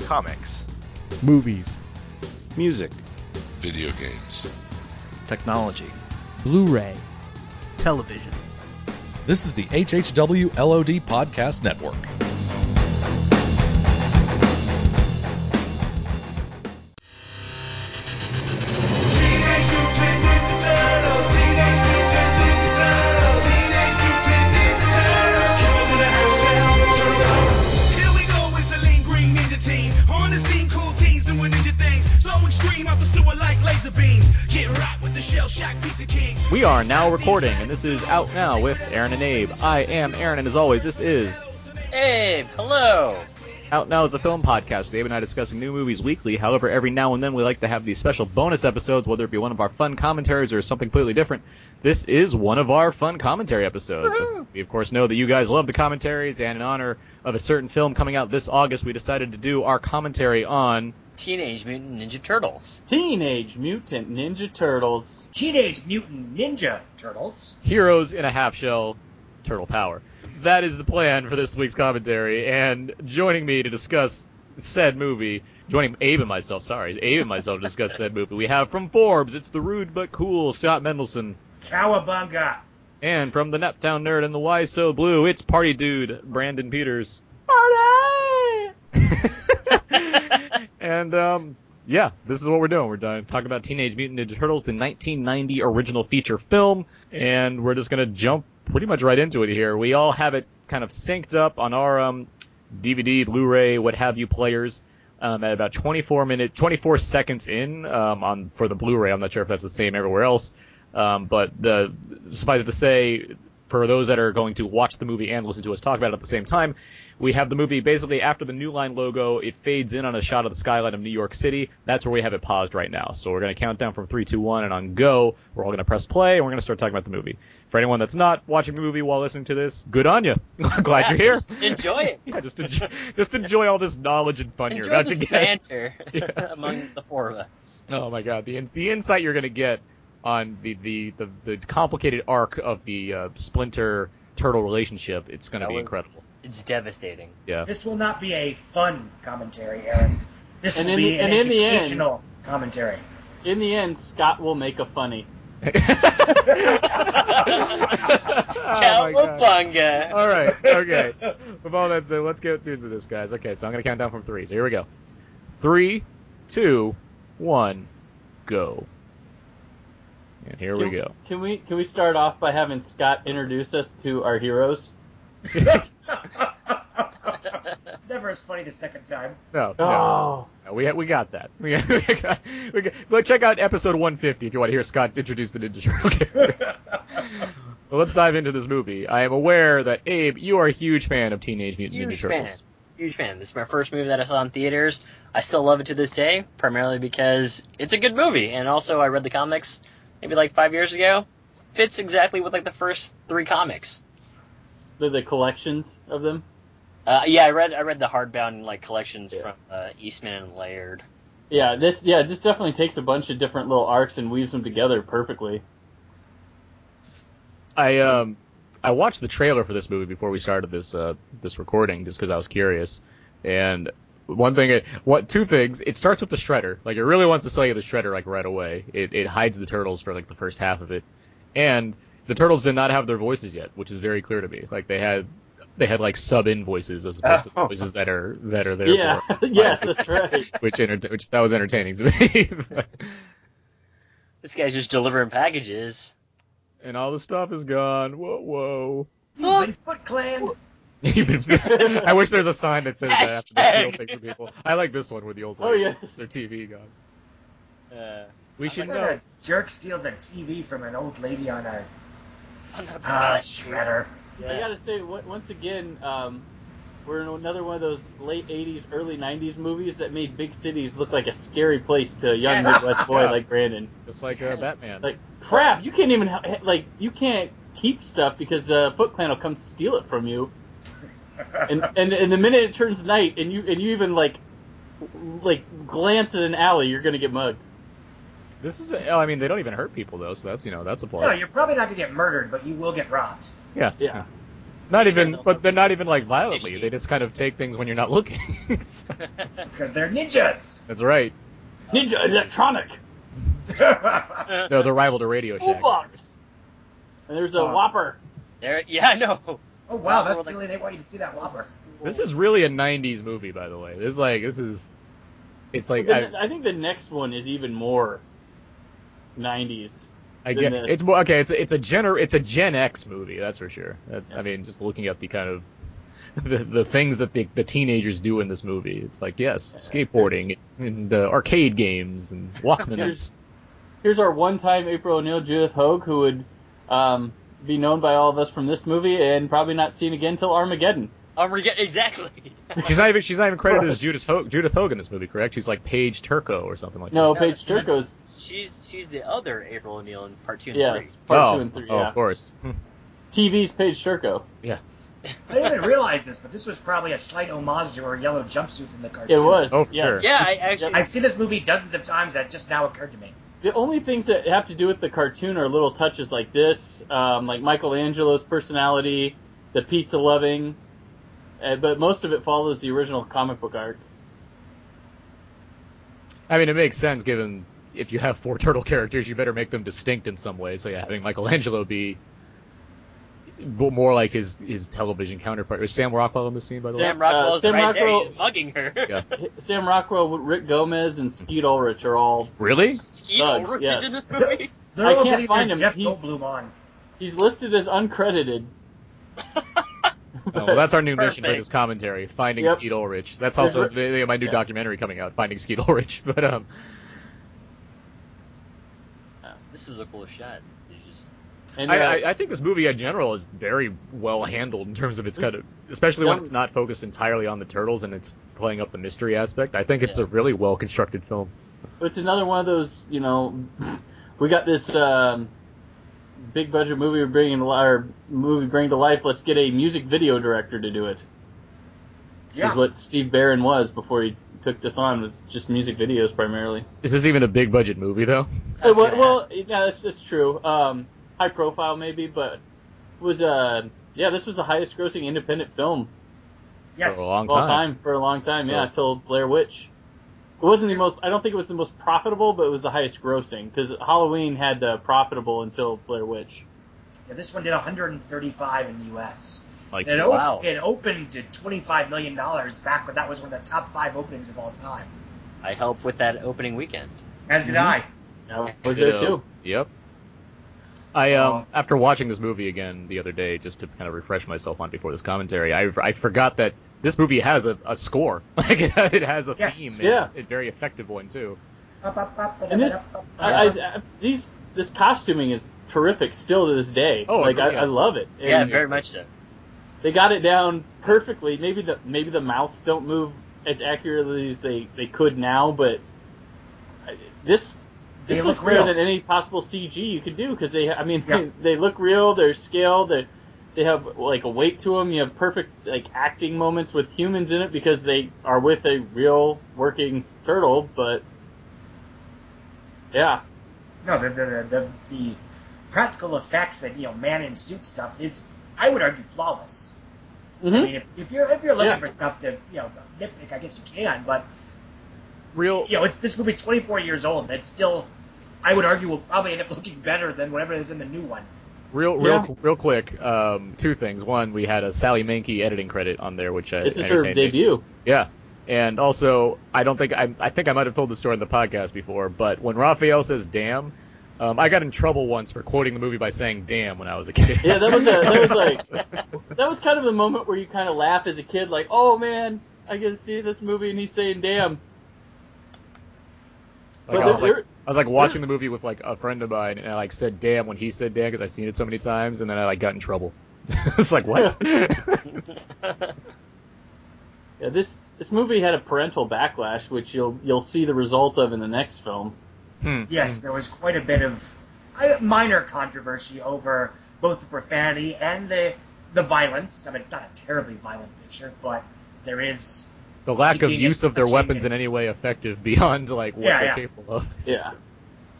comics, movies, music, video games. technology. Blu ray. television. This is the HHW LOD Podcast Network. Teenage Mutant Ninja Turtles. Teenage Mutant Ninja Turtles. Teenage Mutant Ninja Turtles. Turtles in the house, yeah, turtle. Here we go, it's the lean green ninja team on the scene. Cool teens doing ninja things, so extreme out the sewer like laser beams. Get rocked with the shell shock pizza kings. We are now recording, and this is Out Now with Aaron and Abe. I am Aaron, and as always, this is Abe, hello. Out Now is a film podcast. Abe and I discussing new movies weekly. However, every now and then we like to have these special bonus episodes, whether it be one of our fun commentaries or something completely different. This is one of our fun commentary episodes. We of course know that you guys love the commentaries, and in honor of a certain film coming out this August, we decided to do our commentary on Teenage Mutant Ninja Turtles. Teenage Mutant Ninja Turtles. Teenage Mutant Ninja Turtles. Heroes in a Half Shell, Turtle Power. That is the plan for this week's commentary, and joining me to discuss said movie, joining Abe and myself, sorry, Abe and myself to discuss said movie, we have from Forbes, it's the rude but cool Scott Mendelson, Cowabunga. and from the Naptown Nerd and the Why So Blue, it's Party Dude, Brandon Peters. Party! and, um, yeah, this is what we're doing. We're done talking about Teenage Mutant Ninja Turtles, the 1990 original feature film, and we're just gonna jump pretty much right into it here. We all have it kind of synced up on our um, DVD, Blu-ray, what have you players. Um, at about 24 minute, 24 seconds in um, on for the Blu-ray. I'm not sure if that's the same everywhere else, um, but the suffice it to say, for those that are going to watch the movie and listen to us talk about it at the same time, we have the movie basically after the New Line logo. It fades in on a shot of the skyline of New York City. That's where we have it paused right now. So we're going to count down from three, two, one, and on go, we're all going to press play and we're going to start talking about the movie. For anyone that's not watching the movie while listening to this, good on you. Glad Yeah, you're here. just enjoy it. Yeah, just enjoy, just enjoy all this knowledge and fun you're Enjoy about this to get. banter Yes. among the four of us. Oh my god, the in- the insight you're gonna get on the the the, the complicated arc of the uh, Splinter Turtle relationship, it's gonna That be was- incredible. It's devastating. Yeah. This will not be a fun commentary, Aaron. This And will in be the- an and in the end- educational commentary. In the end, Scott will make a funny. Oh, Cowabunga. All right. Okay. With all that said, let's get into this, guys. Okay, so I'm gonna count down from three. So here we go. Three, two, one, go. And here we Can- go. Can we can we start off by having Scott introduce us to our heroes? It's never as funny the second time. no, Oh. no, no, Uh, we we got that. We, we got, we got, but check out episode 150 if you want to hear Scott introduce the Ninja Turtle characters. well, let's dive into this movie. I am aware that Abe, you are a huge fan of Teenage Mutant Huge Ninja fan. Turtles. Huge fan. This is my first movie that I saw in theaters. I still love it to this day, primarily because it's a good movie, and also I read the comics maybe like five years ago. Fits exactly with like the first three comics. The, the collections of them. Uh, yeah, I read I read the hardbound like collections Yeah. from uh, Eastman and Laird. Yeah, this yeah this definitely takes a bunch of different little arcs and weaves them together perfectly. I um I watched the trailer for this movie before we started this uh this recording just because I was curious. And one thing, it, what two things? It starts with the shredder. Like it really wants to sell you the shredder like right away. It it hides the turtles for like the first half of it, and the turtles did not have their voices yet, which is very clear to me. Like they had. They had like sub in voices as opposed to Oh. voices that are that are there Yeah, for, yes, that's right. which, enter- which that was entertaining to me. This guy's just delivering packages. and all the stuff is gone. Whoa, whoa. Foot Clan. You've been feeling- I wish there was a sign that says that after the Hashtag. steel thing for people. I like this one with the old Oh, lady. yes. Their TV gone. Uh, We should When know. a jerk steals a TV from an old lady on a On a uh, pallet. shredder. I gotta say, what, once again, um, we're in another one of those late '80s, early '90s movies that made big cities look like a scary place to a young Yes. Midwest boy Yeah. like Brandon. Just like uh, Yes. Batman. Like crap, you can't even ha- like you can't keep stuff because uh, Foot Clan will come steal it from you. And, and and the minute it turns night and you and you even like like glance at an alley, you're gonna get mugged. This is. A, oh, I mean, they don't Oh, even hurt people though, so that's you know that's a plus. No, you're probably not going to get murdered, but you will get robbed. yeah. Yeah. Not even, They'll- but they're not even like violently. They just kind of take things when you're not looking. So- It's because they're ninjas. That's right. Ninja Electronic No, they're rival to Radio Shack. Boombox. And there's a Oh. Whopper. There, yeah, I know. oh wow, that's Whopper, like- really they want you to see that Whopper. This is really a '90s movie, by the way. This is like this is, it's like But I, then I think the next one is even more 90s. I than get this. it's more okay. It's a, it's a gener it's a Gen X movie, that's for sure. That, I mean, just looking at the kind of the, the things that the, the teenagers do in this movie, it's like yes, skateboarding and uh, arcade games and Walkmans. Here's- Here's our one-time April O'Neil Judith Hogue, who would um, be known by all of us from this movie and probably not seen again till Armageddon. Um, we get- exactly. she's not even she's not even credited as Judith Ho- Judith Hogan in this movie, correct? She's like Paige Turco or something like No, No, that's- Paige Turco's She's she's the other April O'Neil in part two and yes, that. part oh, two and three. oh, yeah. Hmm. of course. TV's Paige Turco. I didn't even realize this, but this was probably a slight homage to her yellow jumpsuit from the cartoon. It was. Oh, yes. sure. three. Yeah, I It's- actually. I've seen this movie dozens of times. That just now occurred to me. The only things that have to do with the cartoon are little touches like this, um, like Michelangelo's personality, the pizza loving, uh, but most of it follows the original comic book arc. I mean, it makes sense given if you have four turtle characters, you better make them distinct in some way. So yeah, having Michelangelo be bo- more like his his television counterpart. Is Sam Rockwell in the scene by the way? Sam Uh, Rockwell's Sam right there. Rockwell- He's mugging her. Yeah. Sam Rockwell, Rick Gomez, and Skeet Ulrich are all. Really? Skeet Thugs, Ulrich yes. is in this movie. They're I all can't getting their find him. Jeff He's- Goldblum on. He's listed as uncredited. Oh, well, that's our new mission for Perfect. this commentary: finding Yep. Skeet Ulrich. That's also Is the, my new yeah. documentary coming out, finding Skeet Ulrich. But um, This is a cool shot. You just And, I, uh, I, I think this movie in general is very well handled in terms of its There's- kind of, especially when Dumb- it's not focused entirely on the turtles and it's playing up the mystery aspect. I think it's Yeah. a really well constructed film. it's another one of those, you know, we got this um, big budget movie we're bringing to, li- or movie bring to life. Let's get a music video director to do it. Yeah. Is what Steve Barron was before he took this on was just music videos primarily. Is this even a big budget movie though? I was well, gonna well, yeah, that's, that's true. Um, high profile maybe, but was uh, yeah, this was the highest grossing independent film yes. For a long of all time. time for a long time. Yeah, Sure. until Blair Witch. It wasn't the most. I don't think it was the most profitable, but it was the highest grossing because Halloween had the profitable until Blair Witch. Yeah, this one did 135 in the U.S. Like it, op- wow. it opened to 25 million dollars back when that was one of the top five openings of all time. I helped with that opening weekend. As did Mm-hmm. Mhm. I. I was there Ditto. too. Yep. I um Oh. after watching this movie again the other day, just to kind of refresh myself on before this commentary, I, I forgot that this movie has a, a score. Like it, has a Yes. theme, Yeah. and a very effective one too. Up, up, up, And this- up, up, I, I, up. I, these this costuming is terrific still to this day. Oh, like I, yes. I love it. And yeah, very much so. They got it down perfectly. Maybe the maybe the mouths don't move as accurately as they, they could now, but I- this this They looks look better real. than any possible CG you could do because they I mean Yeah. they, they look real. They're scaled. They they have like a weight to them. You have perfect like acting moments with humans in it because they are with a real working turtle. But yeah, no, the the, the the the practical effects and you know man in suit stuff is, I would argue, flawless. I mean, if, if you're if you're looking Hmm? Yeah. for stuff to you know nitpick, I guess you can, but Real you know it's this movie's 24 years old and it's still, I would argue, will probably end up looking better than whatever is in the new one. real real Yeah. real quick, um two things. One, we had a Sally Mankey editing credit on there which uh, this is her entertained me. debut. Yeah. And also, I don't think I, I think I might have told the story in the podcast before, but when Raphael says "damn," um, I got in trouble once for quoting the movie by saying "damn" when I was a kid. Yeah, that was a, that was like that was kind of the moment where you kind of laugh as a kid, like, oh man, I get to see this movie and he's saying damn. Like, But I was there- like, I was like watching the movie with like a friend of mine, and I like said "damn" when he said "damn" because I've seen it so many times, and then I like got in trouble. it's like what? Yeah, this this movie had a parental backlash, which you'll you'll see the result of in the next film. Yes, there was quite a bit of uh, minor controversy over both the profanity and the the violence. I mean, it's not a terribly violent picture, but there is. the lack of Kicking use and of their punching weapons and- in any way effective beyond like what Yeah, they're yeah. capable of. Yeah,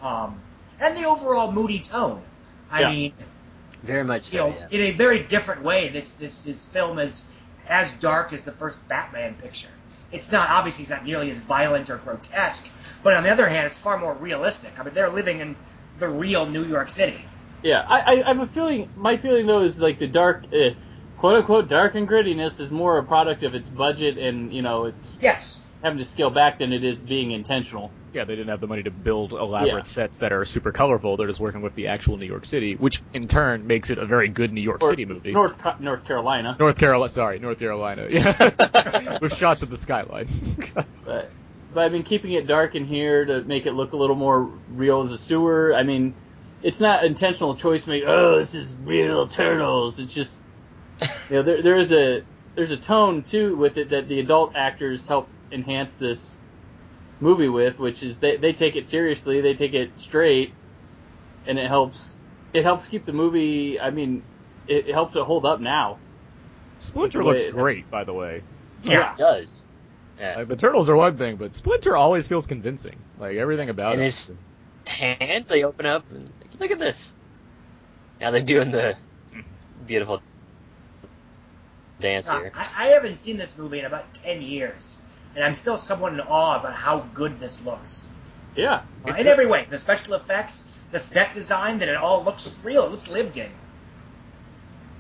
Um, and the overall moody tone. I Yeah. mean, Very much you so. know, yeah. in a very different way. This this his film is as dark as the first Batman picture. It's not obviously it's not nearly as violent or grotesque, but on the other hand, it's far more realistic. I mean, they're living in the real New York City. Yeah, I, I, I have a feeling. My feeling though is like the dark, uh, quote unquote, dark and grittiness is more a product of its budget and you know it's Yes, having to scale back than it is being intentional. Yeah, they didn't have the money to build elaborate Yeah. sets that are super colorful. They're just working with the actual New York City, which in turn makes it a very good New York Or City movie. North Ca- North Carolina. North Carolina, sorry, North Carolina. Yeah, with shots of the skyline. But, but I mean, keeping it dark in here to make it look a little more real as a sewer. I mean, it's not intentional choice. Make oh, this is real turtles. It's just you know there, there is a there's a tone too with it that the adult actors help enhance this movie with, which is they they take it seriously. They take it straight, and it helps it helps keep the movie. I mean, it, it helps it hold up now. Splinter With the way looks it- great, by the way. yeah, It does. Yeah. Like, the turtles are one thing, but Splinter always feels convincing. Like everything about And him. his hands, they open up and like, look at this. Now they're doing the beautiful dance Uh, here. I, I haven't seen this movie in about ten years, and I'm still somewhat in awe about how good this looks Yeah. Uh, in every way. The special effects, the set design, that it all looks real. It looks lived in.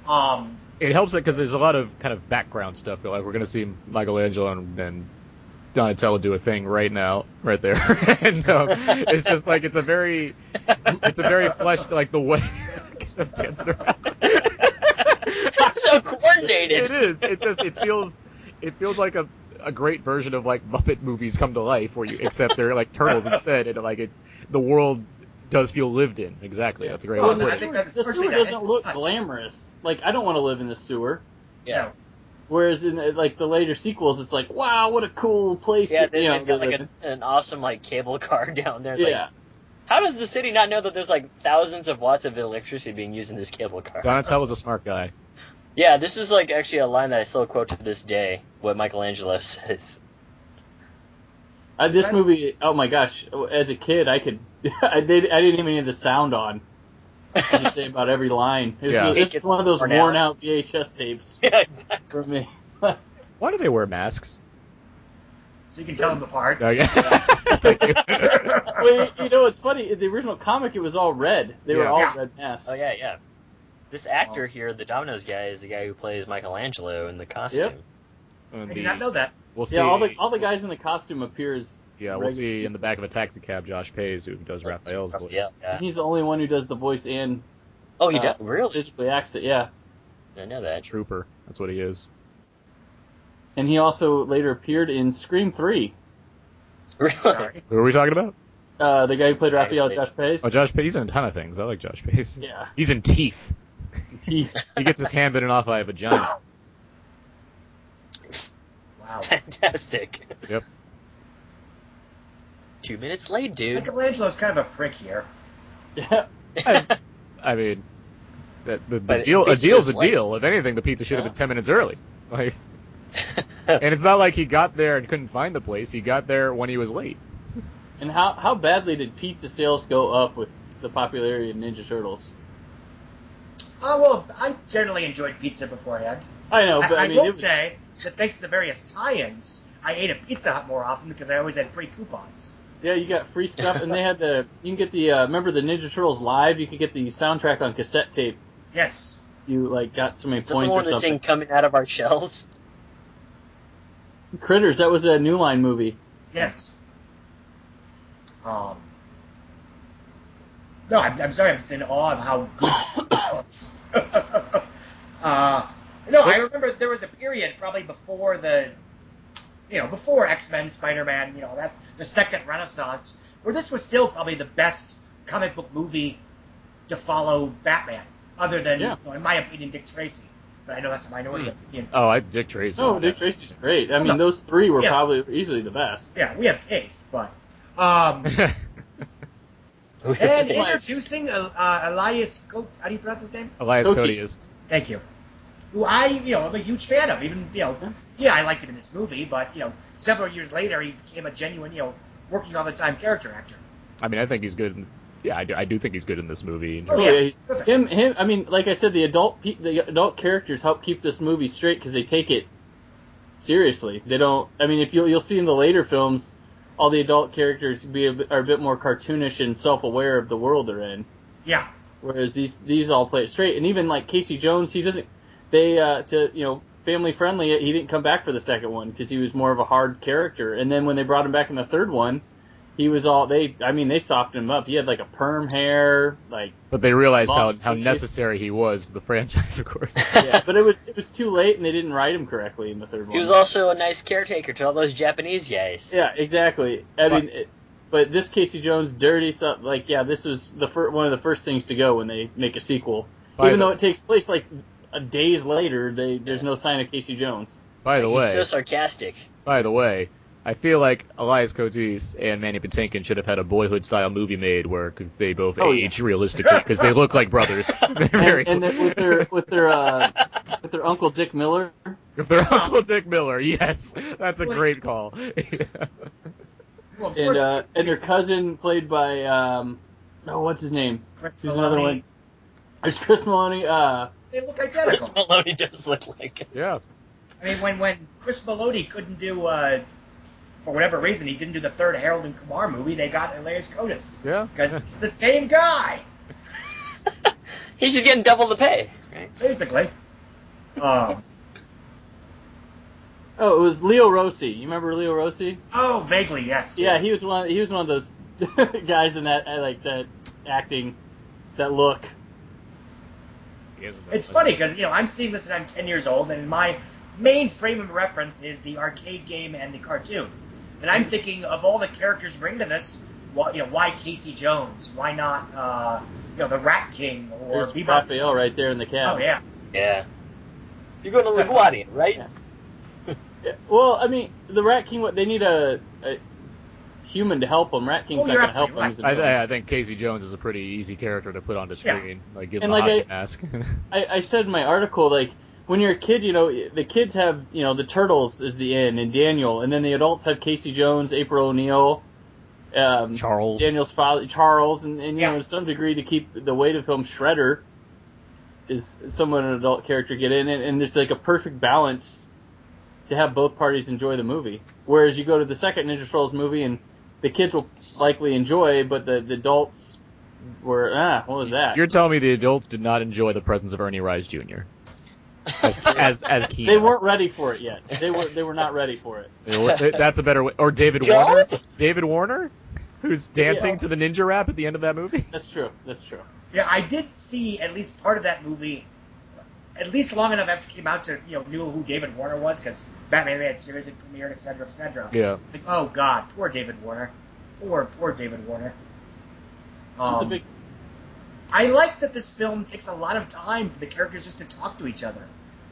Um, It helps it because there's a lot of kind of background stuff. Like we're gonna see Michelangelo and, and Donatello do a thing right now, right there. and um, it's just like it's a very, it's a very fleshed like the way I'm dancing around. It's so it coordinated. is. It just it feels it feels like a a great version of like Muppet movies come to life, where you except they're like turtles instead, and like it the world does feel lived in. Exactly, that's a great. way Well, to no, put I it. think The that's sewer personally doesn't that's look much. glamorous. Like I don't want to live in the sewer. Yeah. Whereas in uh, like the later sequels, it's like, wow, what a cool place. Yeah, to- they, you know, have got the- like an, an awesome like cable car down there. It's yeah, Like, how does the city not know that there's like thousands of watts of electricity being used in this cable car? Donatello's a smart guy. Yeah, this is like actually a line that I still quote to this day. What Michelangelo says. Uh, this I- movie. Oh my gosh, as a kid, I could, I did, I didn't even need the sound on. I could say about every line. It was Yeah. just- It this is gets one of those worn worn out VHS tapes yeah, exactly. for me. Why do they wear masks? So you can tell them apart. Oh, yeah. Thank you. well, you, you know, it's funny. In the original comic, it was all red. They were Yeah. all Yeah. red masks. Oh yeah, yeah. This actor here, the Domino's guy, is the guy who plays Michelangelo in the costume. Yep. And I did not know the, that. we'll see. Yeah, all the all the guys in the costume appears. yeah, we'll see in the back of a taxi cab. Josh Pays, who does That's Raphael's rough- voice. Yeah, yeah. He's the only one who does the voice and Oh, he Uh, does really? physically accent. Yeah. I know He's a that. trooper. That's what he is. And he also later appeared in Scream 3. Really? Sorry. Who are we talking about? Uh, the guy who played Yeah, Raphael, he played- Josh Pace. Oh, Josh Pays. He's in a ton of things. I like Josh Pays. Yeah. He's in Teeth. He- He gets his hand bitten off by a vagina. Wow. Fantastic. Yep. Two minutes late, dude. Michelangelo's kind of a prick here. yeah. I mean, that the, the But deal a pizza deal's a was late. deal. If anything, the pizza should have Yeah. been ten minutes early. Like, and it's not like he got there and couldn't find the place. He got there when he was late. And how, how badly did pizza sales go up with the popularity of Ninja Turtles? Oh well, I generally enjoyed pizza beforehand. I know, Oh, but I, I, I mean, will it was, say that thanks to the various tie-ins, I ate a Pizza Hut more often because I always had free coupons. yeah, you got free stuff, and they had the you can get the uh, remember the Ninja Turtles live. You could get the soundtrack on cassette tape. Yes. You like got so many Is that the points one or that's something. singing "Coming Out of Our Shells"? Critters. That was a New Line movie. Yes. Um. No, I'm, I'm sorry. I'm just in awe of how good it was. uh, no, I remember there was a period probably before the, you know, before X Men, Spider Man. You know, that's the second Renaissance where this was still probably the best comic book movie to follow Batman, other than, Yeah. you know, in my opinion, Dick Tracy. But I know that's a minority opinion. Oh, I Dick Tracy. No, Dick Tracy's great. I mean, No. those three were Yeah. probably easily the best. Yeah, we have taste, but. Um, And introducing uh, uh, Elias, Go- how do you pronounce his name? Elias Cochise. Cody is. Thank you. Who I, you know, I'm a huge fan of. Even, you know, yeah, I liked him in this movie, but you know, several years later, he became a genuine, you know, working all the time character actor. I mean, I think he's good in yeah, I do, I do think he's good in this movie. Oh, yeah. yeah, he's- him, him. I mean, like I said, the adult, pe- the adult characters help keep this movie straight because they take it seriously. They don't. I mean, if you'll you'll see in the later films, all the adult characters be a bit, are a bit more cartoonish and self aware of the world they're in. Yeah. Whereas these these all play it straight, and even like Casey Jones, he doesn't. They uh, to you know family friendly. He didn't come back for the second one because he was more of a hard character. And then when they brought him back in the third one, he was all they. I mean, they softened him up. He had like a perm hair, like But they realized how, Bob's how the- necessary he was to the franchise, of course. yeah. But it was it was too late, and they didn't write him correctly in the third one. He was also a nice caretaker to all those Japanese guys. yeah, exactly. I mean, it, but this Casey Jones dirty stuff. Like, yeah, this was the fir- one of the first things to go when they make a sequel, By even the- though it takes place like a days later. They there's no sign of Casey Jones. By the He's way, so sarcastic. by the way, I feel like Elias Cotis and Manny Patinkin should have had a boyhood style movie made where they both Oh, yeah. age realistically because they look like brothers. They're very and, and then with their with their uh, with their uncle Dick Miller. If they're Uncle Dick Miller, yes, that's a great call. Well, of and course, uh, and their cousin played by um, oh, what's his name? Chris He's another Maloney. one. There's Chris Maloney. Uh, They look Chris identical. Maloney does look like him. yeah, I mean, when when Chris Melody couldn't do, uh, for whatever reason, he didn't do the third Harold and Kumar movie. They got Elias Kotis yeah. because it's the same guy, He's just getting double the pay. Right? basically. Um, oh, it was Leo Rossi. You remember Leo Rossi? oh, vaguely, yes. Yeah, he was one. He was one of those guys in that I like that acting, that look. It's funny because you know I'm seeing this and I'm 10 years old, and my main frame of reference is the arcade game and the cartoon, and I'm thinking of all the characters bring to this. Why, you know, why Casey Jones? Why not uh, you know the Rat King or There's Bebop? Raphael right there in the cab. Oh yeah, Yeah. You're going to LaGuardia, right? Yeah. Yeah, Well, I mean, the Rat King. What they need a, a human to help him. Rat King's Oh, not you're going to help him. absolutely He's a I, villain. I think Casey Jones is a pretty easy character to put onto Yeah. screen, like give him And a like hockey I- mask. I, I said in my article, like when you're a kid, you know the kids have you know the turtles is the end and Daniel, and then the adults have Casey Jones, April O'Neil, um, Charles. Daniel's father, Charles, and, and you Yeah. know to some degree to keep the weight of him, Shredder is someone an adult character get in, and, and it's like a perfect balance to have both parties enjoy the movie. Whereas you go to the second Ninja Turtles movie and the kids will likely enjoy, but the, the adults were ah, what was that? You're telling me the adults did not enjoy the presence of Ernie Rice Jr. as as, as Kino. They weren't ready for it yet. They were they were not ready for it. They were- they- That's a better way. Or David John? Warner. David Warner, who's dancing Yeah. to the ninja rap at the end of that movie. That's true. That's true. yeah. I did see at least part of that movie, at least long enough after it came out to you know knew who David Warner was because Batman Man series had premiered, et cetera, et cetera. Yeah. Like, oh God, poor David Warner, poor poor David Warner. It was a Um, big- I like that this film takes a lot of time for the characters just to talk to each other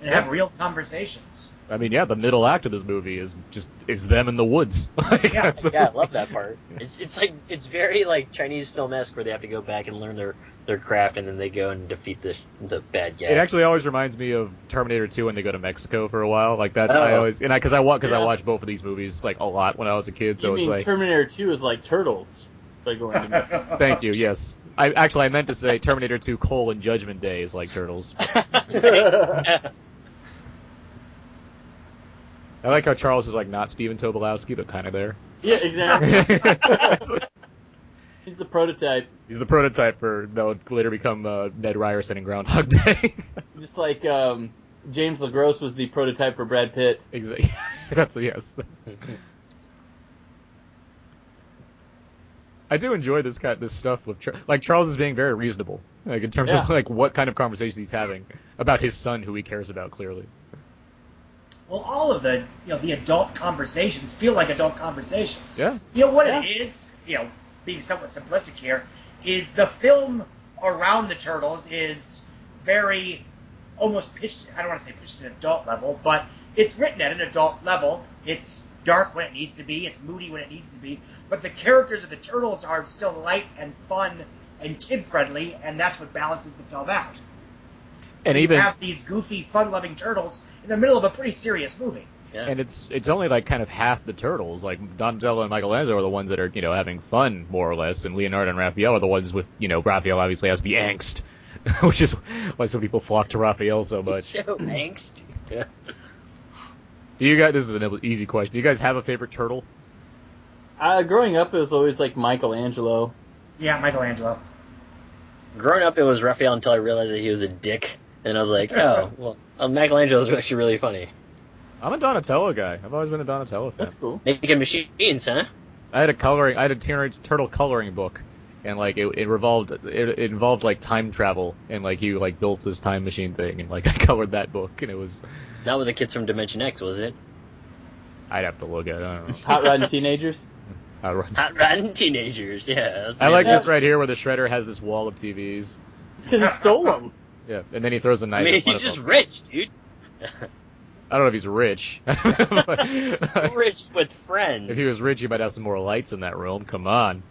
and have real conversations. I mean, yeah, the middle act of this movie is just is them in the woods. Like, Yeah. that's the- Yeah, I love that part. It's it's like it's very like Chinese film esque where they have to go back and learn their, their craft and then they go and defeat the the bad guy. It actually always reminds me of Terminator 2 when they go to Mexico for a while. Like that's I Oh. always and I because I watch because I Yeah. watched both of these movies like a lot when I was a kid. So you it's mean like Terminator Two is like turtles by going to Mexico. thank you. Yes, I actually I meant to say Terminator 2 Cole and Judgment Day is like Turtles. I like how Charles is like not Steven Tobolowsky, but kind of there. yeah, exactly. He's the prototype. He's the prototype for that would later become uh, Ned Ryerson in Groundhog Day. Just like um, James LaGrosse was the prototype for Brad Pitt. exactly. That's a yes. I do enjoy this kind this stuff with Char- like Charles is being very reasonable like in terms of Yeah. like what kind of conversations he's having about his son who he cares about clearly. Well, all of the you know the adult conversations feel like adult conversations. Yeah. You know what it is. You know, being somewhat simplistic here, is the film around the turtles is very almost pitched. I don't want to say pitched at an adult level, but it's written at an adult level. It's dark when it needs to be. It's moody when it needs to be. But the characters of the turtles are still light and fun and kid friendly, and that's what balances the film out. And So you even have these goofy, fun-loving turtles in the middle of a pretty serious movie. Yeah. and it's it's only like kind of half the turtles. Like Donatello and Michelangelo are the ones that are you know having fun more or less, and Leonardo and Raphael are the ones with you know Raphael obviously has the angst, which is why so people flock to Raphael so much. So angst. Yeah. Do you guys? This is an easy question. Do you guys have a favorite turtle? Uh, growing up, it was always like Michelangelo. Yeah, Michelangelo. Growing up, it was Raphael until I realized that he was a dick, and I was like, oh, well, uh, Michelangelo's actually really funny. I'm a Donatello guy. I've always been a Donatello fan. That's cool. Making machines, huh? I had a coloring. I had a teenage turtle coloring book, and like it, it revolved. It, it involved like time travel, and like you like built this time machine thing, and like I colored that book, and it was. Not with the kids from Dimension X, was it? I'd have to look at. it. I don't know. Hot rodding teenagers. I, run- Hot rotten teenagers, yeah. that's- I like that this was- right here where the shredder has this wall of TVs. It's because he stole them. Yeah, and then he throws a I knife. mean, at one of he's just them. rich, dude. I don't know if he's rich. But- rich with friends. if he was rich, he might have some more lights in that room. Come on.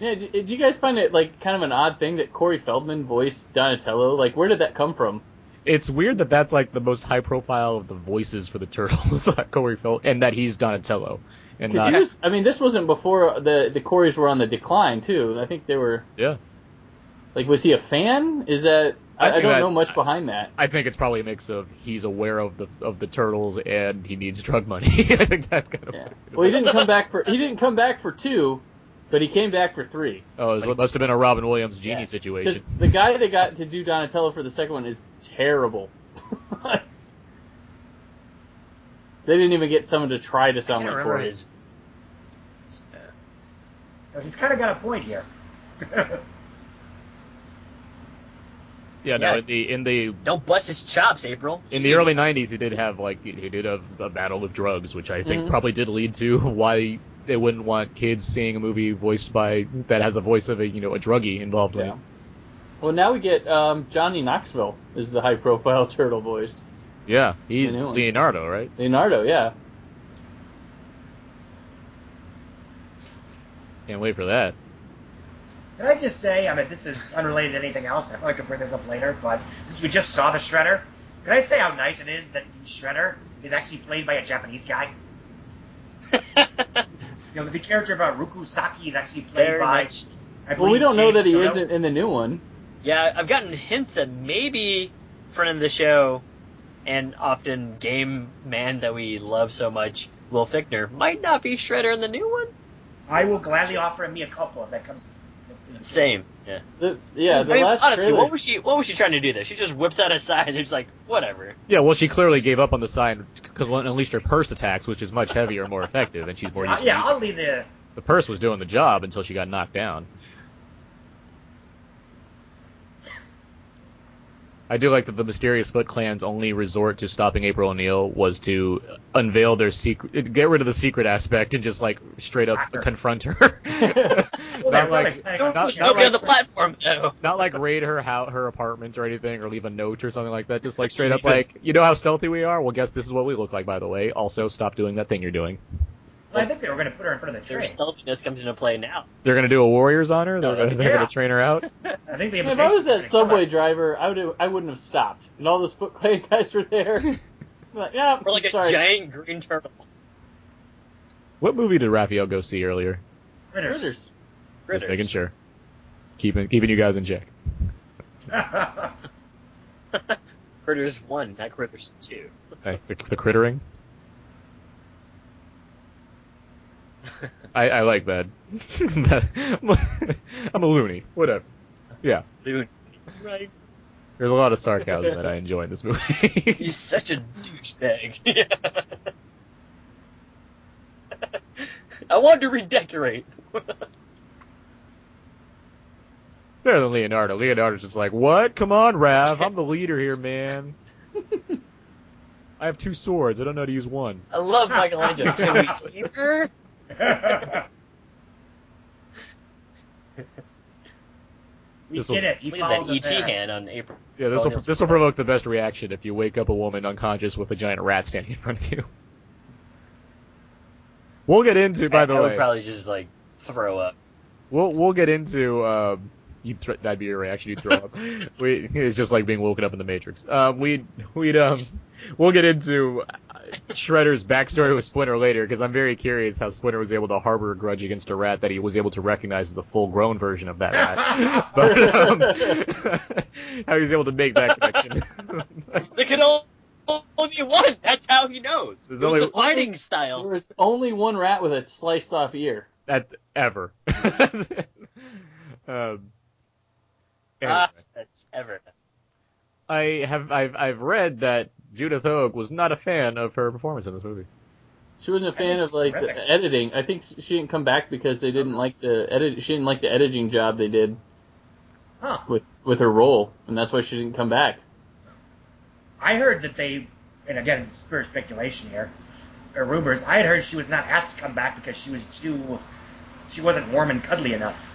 Yeah. Do, do you guys find it like kind of an odd thing that Corey Feldman voiced Donatello? Like, where did that come from? It's weird that that's like the most high profile of the voices for the turtles, like Corey Phil, and that he's Donatello, and Because not he was. I mean, this wasn't before the the Corys were on the decline too. I think they were. yeah. Like, was he a fan? Is that? I I, I think don't that- know much behind that. I think it's probably a mix of he's aware of the of the turtles and he needs drug money. I think that's kind of Yeah. Well, he didn't come back for he didn't come back for two, but he came back for three. oh, it must have been a Robin Williams genie Yeah. Because situation. the guy that got to do Donatello for the second one is terrible. they didn't even get someone to try to I sound can't like remember Corey. his- He's kind of got a point here. Yeah, no, Yeah. in the in the Don't bust his chops, April. in the Jeez. early '90s, he did have like he he did have a battle with drugs, which I think Mhm. probably did lead to why they wouldn't want kids seeing a movie voiced by that has a voice of a you know a druggie involved. in it. Yeah. Well, now we get um, Johnny Knoxville is the high profile turtle voice. yeah, he's I know. Leonardo, right? Leonardo, yeah. Can't wait for that. Can I just say, I mean, this is unrelated to anything else. I probably could bring this up later, but since we just saw the Shredder, can I say how nice it is that the Shredder is actually played by a Japanese guy? You know, the character of uh, Ruku Saki is actually played Very by. much. I Well, we believe, don't know James that he Soto. isn't in the new one. Yeah, I've gotten hints that maybe friend of the show and often game man that we love so much, Will Fickner, might not be Shredder in the new one. I will gladly offer him a couple if that comes. if it Same. comes. Yeah. The, yeah, the I mean, last honestly, trailer. what was she? What was she trying to do there? She just whips out a sign. and It's like whatever. Yeah, well, she clearly gave up on the sign, c- unleashed her purse attacks, which is much heavier and more effective, and she's more Uh, used to yeah, using I'll leave the. The purse was doing the job until she got knocked down. I do like that the mysterious Foot Clan's only resort to stopping April O'Neil was to unveil their secret, get rid of the secret aspect, and just like straight up Whack her. confront her. Well, they're not really like planning Don't on not- push pushing not Toby like- on the platform. though. not like raid her how her apartment or anything, or leave a note or something like that. Just like straight up like, you know how stealthy we are. Well, guess this is what we look like, by the way. Also, stop doing that thing you're doing. Well, I think they were going to put her in front of the Their train. stealthiness comes into play now. They're gonna do a warriors on her. They're gonna, they're Yeah. gonna train her out. I think the If I was implications were that gonna come subway out. driver, I would I wouldn't have stopped, and all those Foot Clan guys were there. I'm like, yeah, We're like a sorry. giant green turtle. What movie did Raphael go see earlier? Critters. Critters. Just Critters. making sure. Keeping keeping you guys in check. Critters one, not critters two. Okay, The, the crittering. I, I like that. I'm a loony. Whatever. Yeah. Dude, right? There's a lot of sarcasm that I enjoy in this movie. He's such a douchebag. I wanted to redecorate. Better than Leonardo. Leonardo's just like, what? Come on, Rav. I'm the leader here, man. I have two swords. I don't know how to use one. I love Michelangelo. Can we tinker? we This'll- did it. He Look at followed that them ET there. E hand on April. Yeah, this will this will provoke the best reaction if you wake up a woman unconscious with a giant rat standing in front of you. We'll get into, by the I, I way, would probably just like throw up. we'll we'll get into um, you th- that'd be your reaction. You'd throw up. We, it's just like being woken up in the Matrix. Um, we'd we'd um, we'll get into uh, Shredder's backstory with Splinter later because I'm very curious how Splinter was able to harbor a grudge against a rat that he was able to recognize as the full-grown version of that rat. but um, how he was able to make that connection. There could only be one. That's how he knows. There's There's it was only- the fighting style. There was only one rat with a sliced off ear. at ever. um, anyway, Ah, that's ever. I have I've I've read that Judith Hoag was not a fan of her performance in this movie. She wasn't a fan That of is like the terrific. editing. I think she didn't come back because they didn't like the edit. She didn't like the editing job they did Huh. with with her role, and that's why she didn't come back. I heard that they, and again, it's pure speculation here, or rumors. I had heard she was not asked to come back because she was too, she wasn't warm and cuddly enough.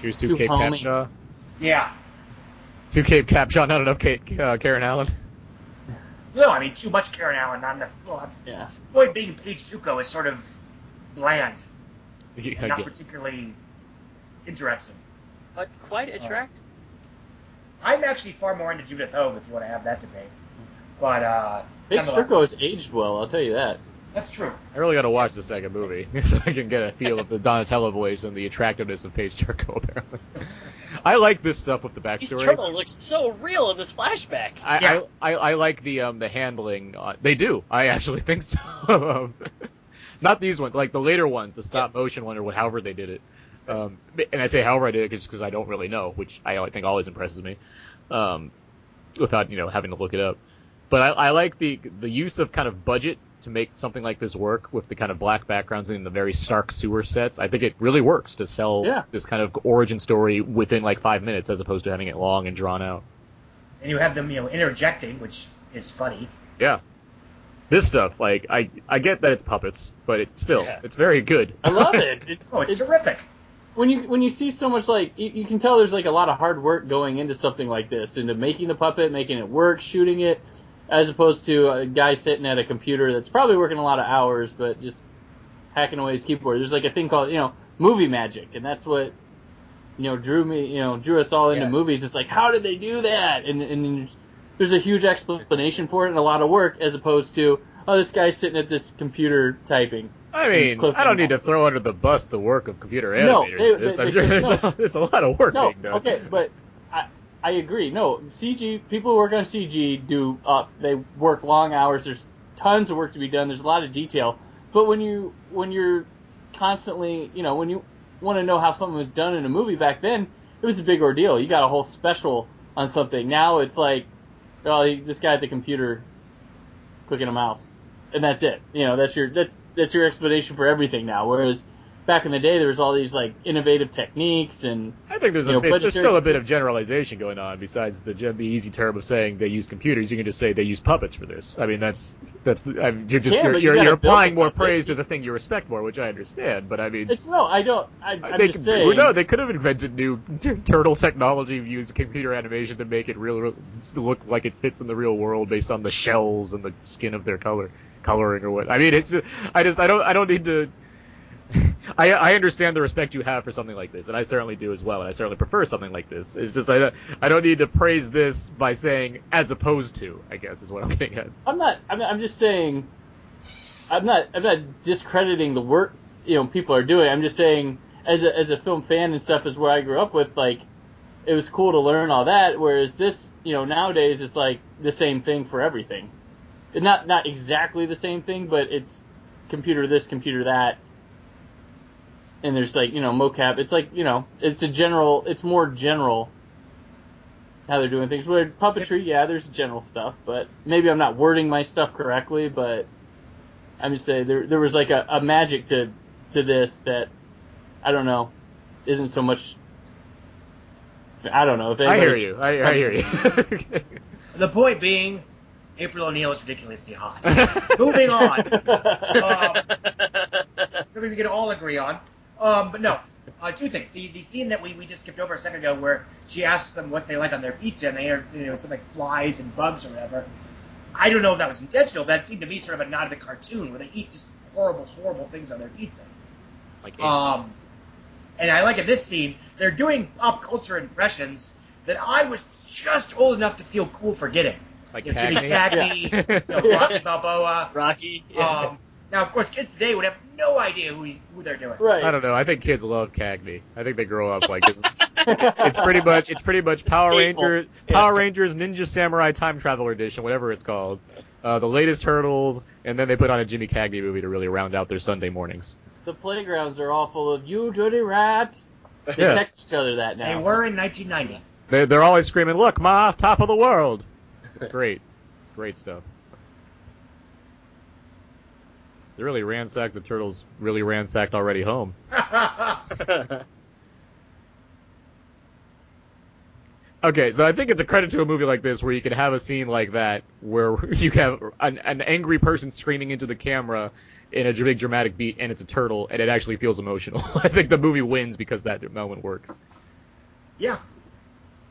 She was too, Too Cape homey. Capshaw, Yeah. too Cape Capshaw, not enough Kate, uh, Karen Allen. No, I mean too much Karen Allen, not enough. Well, Yeah, Floyd being Paige Tuco is sort of bland, and not Again. particularly interesting. But quite Uh, attractive. I'm actually far more into Judith Hogue if you want to have that debate. But uh, Big nonetheless, Strico has aged well. I'll tell you that. that's true. I really got to watch the second movie so I can get a feel of the Donatello voice and the attractiveness of Paige Turco. Apparently, I like this stuff with the These backstory. turtles look so real in this flashback. I, Yeah. I, I, I like the um the handling. Uh, they do. I actually think so. Um, Not these ones, like the later ones, the stop motion one, or what- however they did it. Um, and I say however I did it because I don't really know, which I al- think always impresses me, um, without you know having to look it up. But I, I like the the use of kind of budget to make something like this work with the kind of black backgrounds and the very stark sewer sets. I think it really works to sell Yeah. this kind of origin story within like five minutes as opposed to having it long and drawn out. And you have them, you know, interjecting, which is funny. Yeah. This stuff, like I, I get that it's puppets, but it's still Yeah. it's very good. I love it. It's, Oh, it's, it's terrific. when you when you see so much like you, you can tell there's like a lot of hard work going into something like this, into making the puppet, making it work, shooting it, as opposed to a guy sitting at a computer that's probably working a lot of hours, but just hacking away his keyboard. There's like a thing called you know movie magic, and that's what you know drew me you know drew us all into Yeah. movies. It's like how did they do that? And and then there's- there's a huge explanation for it and a lot of work, as opposed to oh this guy's sitting at this computer typing. I mean, Cliff I don't need to Notes. throw under the bus the work of computer No, animators. they- in this. they- I'm they- sure there's, no. a, there's a lot of work No, being done. okay, but I I agree. No, CG people who work on CG do uh, they work long hours. There's tons of work to be done. There's a lot of detail. But when you when you're constantly, you know, when you want to know how something was done in a movie back then, it was a big ordeal. You got a whole special on something. Now it's like, oh, he- this guy at the computer clicking a mouse, and that's it. You know, that's your that that's your explanation for everything now. Whereas back in the day, there was all these like innovative techniques and I think there's a you know, bit, there's budgetary- still a bit of generalization going on besides the gen- the easy term of saying they use computers. You can just say they use puppets for this. I mean, that's that's I mean, you're just Yeah, you're, but you you're, gotta you're build applying it more up. praise to the thing you respect more, which I understand. But I mean, It's no, I don't. I, I'm they just could, saying. No, they could have invented new t- turtle technology, used computer animation to make it real, real look like it fits in the real world based on the shells and the skin of their color coloring or what. I mean, it's just, I just I don't I don't need to. I, I understand the respect you have for something like this, and I certainly do as well, and I certainly prefer something like this. It's just I don't, I don't need to praise this by saying as opposed to. I guess is what I'm getting at. I'm not. I'm, I'm just saying. I'm not. I'm not discrediting the work you know people are doing. I'm just saying, as a as a film fan and stuff, is where I grew up with. Like, it was cool to learn all that. Whereas this, you know, nowadays it's like the same thing for everything. And Not not exactly the same thing, but it's computer this, computer that. And there's like you know mocap. It's like you know it's a general. It's more general how they're doing things. Where puppetry, yeah, there's general stuff, but maybe I'm not wording my stuff correctly, but I'm just saying there there was like a, a magic to to this that I don't know isn't so much. I don't know if I anybody, hear you. I, I hear you. The point being, April O'Neil is ridiculously hot. Moving on. Um, that we can all agree on. Um, but no, uh, two things. The the scene that we, we just skipped over a second ago, where she asks them what they like on their pizza, and they are you know something like flies and bugs or whatever. I don't know if that was intentional. That seemed to me sort of a nod to the cartoon where they eat just horrible, horrible things on their pizza. like, Um, and I like in this scene, they're doing pop culture impressions that I was just old enough to feel cool for getting. Like You know, Jimmy Cagney. Cagney, you know, Rocky Balboa. Rocky. Uh, Um, now, of course, kids today would have no idea who, he's, who they're doing. Right. I don't know. I think kids love Cagney. I think they grow up like it's, it's pretty much it's pretty much Power Staple. Rangers Yeah. Power Rangers Ninja Samurai Time Traveler Edition, whatever it's called. Uh, the latest Turtles, and then they put on a Jimmy Cagney movie to really round out their Sunday mornings. The playgrounds are all full of you dirty rat. They Yeah. text each other that now. They were in 1990. They, they're always screaming, "Look, Ma, top of the world!" It's great. It's great stuff. They really ransacked the Turtles. Really ransacked already home. Okay, so I think it's a credit to a movie like this where you can have a scene like that where you have an, an angry person screaming into the camera in a big dramatic beat, and it's a turtle, and it actually feels emotional. I think the movie wins because that moment works. yeah.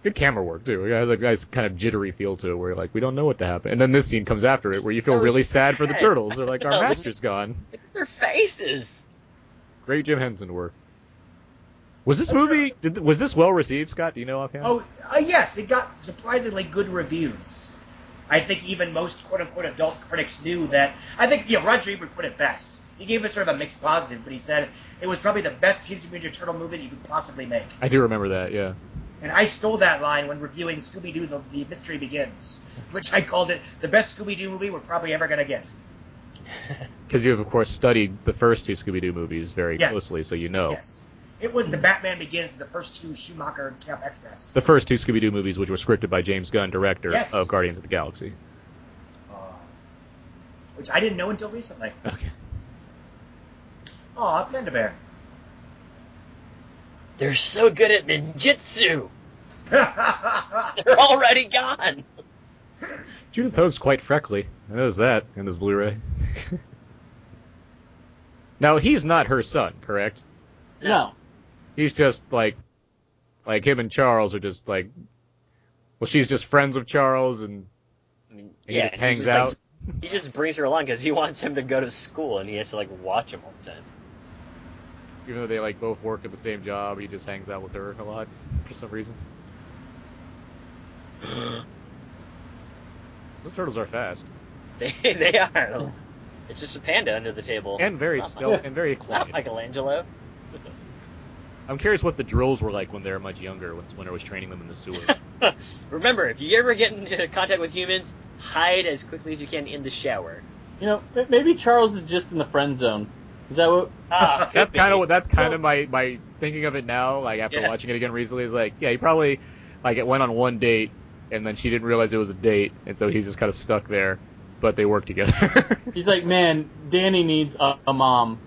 Good camera work too. It has a nice kind of jittery feel to it, where you're like we don't know what to happen, and then this scene comes after it, where you feel So really sad for the sad. turtles. They're like, I our know. master's gone. Look at their faces. Great Jim Henson work. Was this Oh, sure. movie did, was this well received, Scott? Do you know offhand? Oh, uh, yes, it got surprisingly good reviews. I think even most quote unquote adult critics knew that. I think, you know, Roger Ebert put it best. He gave it sort of a mixed positive, but he said it was probably the best Teenage Mutant Ninja Turtle movie that you could possibly make. I do remember that. Yeah. And I stole that line when reviewing Scooby Doo the, the Mystery Begins, which I called it the best Scooby Doo movie we're probably ever going to get. Because you have, of course, studied the first two Scooby-Doo movies very Yes. closely, so you know Yes. It was the Batman Begins, the first two Schumacher and Camp Excess. the first two Scooby-Doo movies, which were scripted by James Gunn, director Yes. of Guardians of the Galaxy. uh, which I didn't know until recently. Okay. Aw, Panda Bear. They're so good at ninjutsu. They're already gone. Judith Hogue's quite freckly. I noticed that in this Blu-ray. now he's not her son, correct? No. He's just like, like him and Charles are just like, well, she's just friends with Charles, and he Yeah, just he's hangs just, like, out. He just brings her along because he wants him to go to school and he has to like watch him all the time. even though they like both work at the same job, he just hangs out with her a lot for some reason. Those turtles are fast They they are. It's just a panda under the table. and very It's not stealth and very Mi- Not quiet. Michelangelo. I'm curious what the drills were like when they were much younger, when Splinter was training them in the sewer. Remember, if you ever get into contact with humans, hide as quickly as you can in the shower. You know, m- maybe Charles is just in the friend zone. Is that what? Ah, could that's kind be. of what. That's kind of my my thinking of it now. Like after Yeah. watching it again recently, is like, yeah, he probably like it went on one date, and then she didn't realize it was a date, and so he's just kind of stuck there. But they work together. He's like, man, Danny needs a, a mom.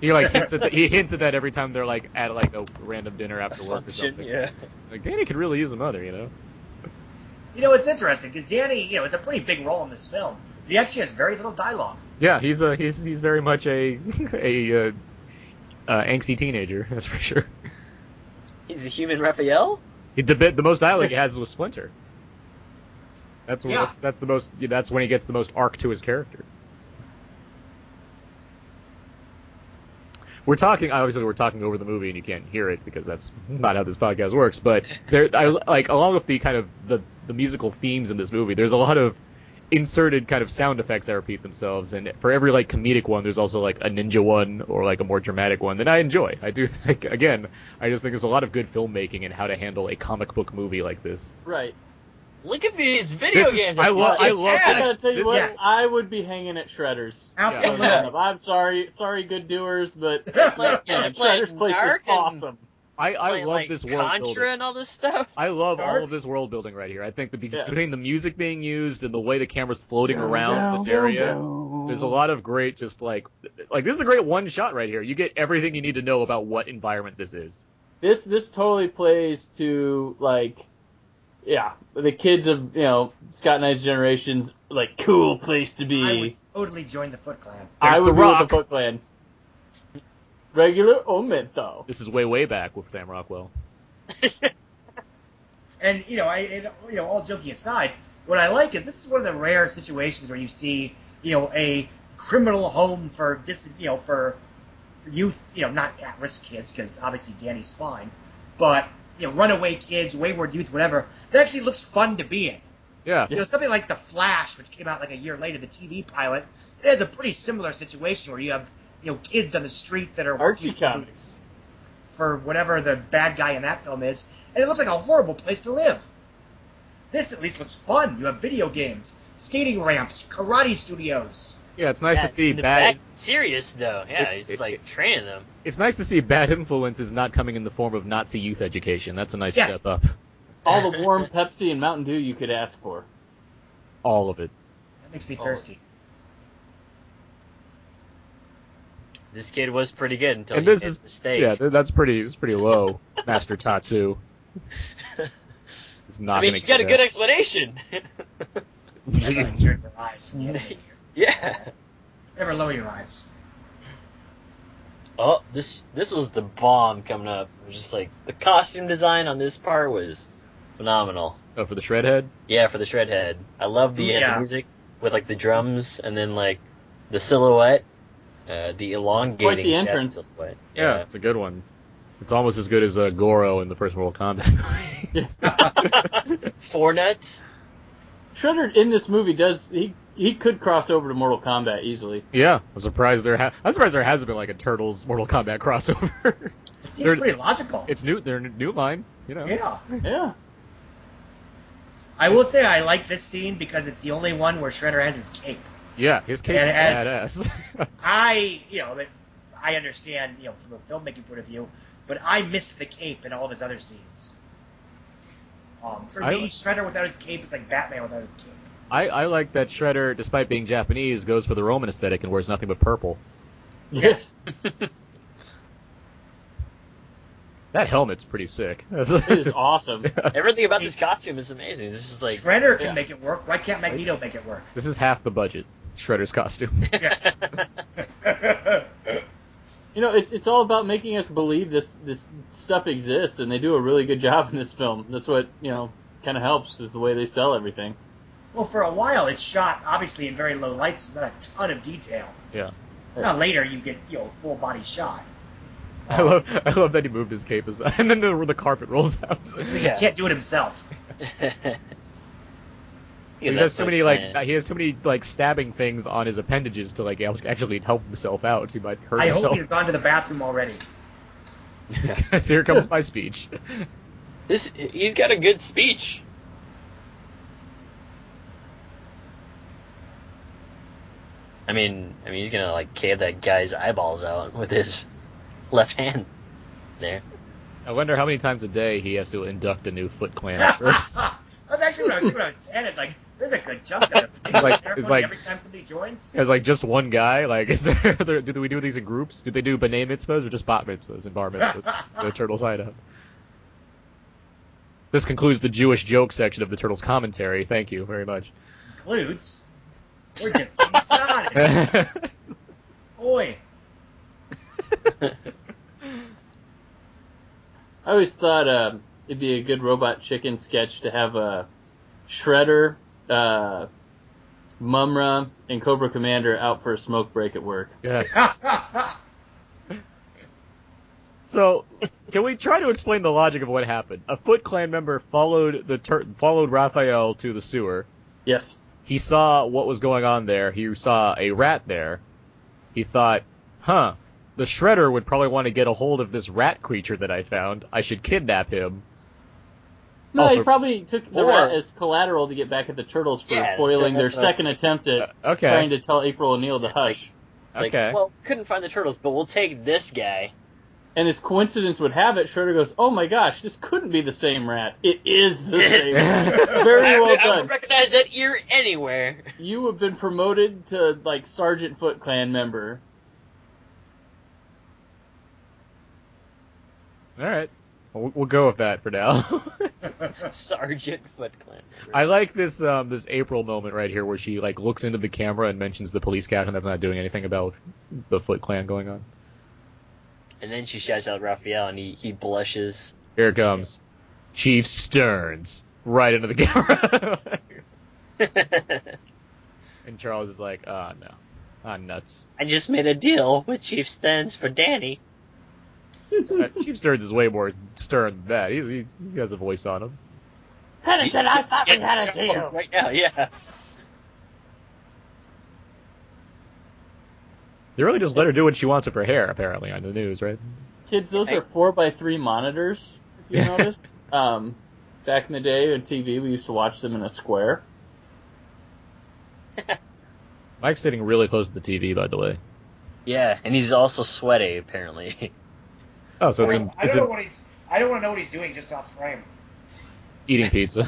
He like hints at that he hints at that every time they're like at like a random dinner after work or Function, something. yeah. Like Danny could really use a mother, you know. You know, it's interesting because Danny, you know, it's a pretty big role in this film. He actually has very little dialogue. Yeah, he's a he's he's very much a a uh, uh, angsty teenager, that's for sure. He's a human Raphael. He, the bit the most dialogue he has is with Splinter. That's when, Yeah. that's, that's the most that's when he gets the most arc to his character. We're talking obviously we're talking over the movie and you can't hear it because that's not how this podcast works. But there, I like along with the kind of the the musical themes in this movie, there's a lot of inserted kind of sound effects that repeat themselves and for every like comedic one there's also like a ninja one or like a more dramatic one that i enjoy i do think again i just think there's a lot of good filmmaking in how to handle a comic book movie like this Right. Look at these video This is- games. I love- I It's love I sad. gotta tell you This- what, yes. I would be hanging at Shredder's. uh, Absolutely. I'm sorry, sorry, good doers, but Like, man, like Shredder's place Narc is and- awesome. i, I Playing, love like, this world Contra building and all this stuff. i love all Dark. of this world building right here i think the be- Yes. between the music being used and the way the camera's floating around this area there's a lot of great just like like this is a great one shot right here you get everything you need to know about what environment this is This this totally plays to like, yeah, the kids of you know Scott and I's generations like cool place to be. I would totally join the Foot Clan. I There's would The be with Rock. the Foot Clan. Regular Omid though. this is way way back with sam rockwell And you know, I and, you know, all joking aside, what I like is this is one of the rare situations where you see you know a criminal home for dis you know for youth, you know, not at risk kids, because obviously Danny's fine, but, you know, runaway kids, wayward youth, whatever, that actually looks fun to be in. Yeah. You know, something like The Flash, which came out like a year later, the TV pilot, it has a pretty similar situation where you have, you know, kids on the street that are Archie comics. for whatever the bad guy in that film is, and it looks like a horrible place to live. This at least looks fun. You have video games, skating ramps, karate studios. Yeah, it's nice Yeah, to see in the bad. back, serious though. Yeah, It- he's it- like training them. It's nice to see bad influences not coming in the form of Nazi youth education. That's a nice Yes. step up. All the warm Pepsi and Mountain Dew you could ask for. All of it. That makes me Oh. thirsty. This kid was pretty good until And he this made is- a mistake. Yeah, th- that's pretty. It's pretty low, Master Tatsu. It's not I mean, gonna he's got a get good it. explanation. Never lower your eyes. when you get in here. yeah. Never lower your eyes. Oh, this this was the bomb coming up. It was just like the costume design on this part was phenomenal. Oh, for the shredhead. Yeah, for the shred head. I love the, uh, Yeah. the music with like the drums and then like the silhouette, uh, the elongating Quite the shadow entrance. silhouette. Yeah, it's a good one. It's almost as good as uh, Goro in the First World Combat. Four nuts. Shredder in this movie does he he could cross over to Mortal Kombat easily. yeah, I'm surprised there. Ha- I'm surprised there hasn't been like a Turtles Mortal Kombat crossover. It They're- seems pretty logical. it's new. They're n- new line. You know. Yeah. Yeah. I will say I like this scene because it's the only one where Shredder has his cape. Yeah, his cape's And as- badass. I, you know, that- I understand, you know, from a filmmaking point of view, but I missed the cape in all of his other scenes. Um, for I- me, Shredder without his cape is like Batman without his cape. I, I like that Shredder, despite being Japanese, goes for the Roman aesthetic and wears nothing but purple. Yes. That helmet's pretty sick. That's- it is awesome. Everything about this costume is amazing. It's just like Shredder can yeah. make it work. Why can't Magneto make it work? this is half the budget. Shredder's costume. Yes. You know, it's it's all about making us believe this this stuff exists, and they do a really good job in this film. That's what you know kind of helps is the way they sell everything. well, for a while, it's shot obviously in very low lights. There's not a ton of detail. Yeah. Now later, you get you know a full body shot. I love I love that he moved his cape as, and then the, the carpet rolls out. yeah. He can't do it himself. he has too many like he has too many like stabbing things on his appendages to like ac- actually help himself out. He might hurt I hope himself. he's gone to the bathroom already. so here comes my speech. This he's got a good speech. I mean, I mean, he's gonna like cave that guy's eyeballs out with his left hand. There, I wonder how many times a day he has to induct a new Foot Clan. member. That's actually what I was thinking when I was ten. It's like there's a good jump there. It's like- it's Ceremony like- every time somebody joins. As like just one guy, like is there, do we do these in groups? Do they do b'nai mitzvahs or just bat mitzvahs and bar mitzvahs? the turtles hideout. This concludes the Jewish joke section of the turtles commentary. Thank you very much. includes. We're just getting started. yeah, Boy, I always thought um, it'd be a good robot chicken sketch to have a Shredder, uh, Mumra, and Cobra Commander out for a smoke break at work. So, can we try to explain the logic of what happened? A Foot Clan member followed the tur- followed Raphael to the sewer. Yes. He saw what was going on there. He saw a rat there. He thought, "Huh, the Shredder would probably want to get a hold of this rat creature that I found. I should kidnap him." No, Also- he probably took the Or- rat as collateral to get back at the turtles for Yeah, that's- foiling their that's what I was second attempt at Uh, okay. trying to tell April O'Neil to It's like- hush. it's like, Okay. well, couldn't find the turtles, but we'll take this guy. and as coincidence would have it, Schroeder goes, "Oh my gosh, this couldn't be the same rat. It is the same rat. Very well I, I would done. recognize that ear anywhere. You have been promoted to like Sergeant Foot Clan member. All right. We'll, we'll go with that for now. Sergeant Foot Clan. I like this um, this April moment right here where she like looks into the camera and mentions the police captain that's not doing anything about the Foot Clan going on. And then she shouts out Raphael, and he, he blushes. Here it comes. Chief Stearns. Right into the camera. and Charles is like, ah, no. Ah, nuts. I just made a deal with Chief Stearns for Danny. Uh, Chief Stearns is way more stern than that. He's, he, he has a voice on him. Pennington, I thought we had a deal. Right now, yeah. They really just let her do what she wants with her hair, apparently, on the news, right? Kids, those are four by three monitors. If you notice, um, back in the day on TV, we used to watch them in a square. Mike's sitting really close to the TV, by the way. Yeah, and he's also sweaty, apparently. Oh, so it's, in, I it's don't in know what he's. I don't want to know what he's doing just off frame. eating pizza.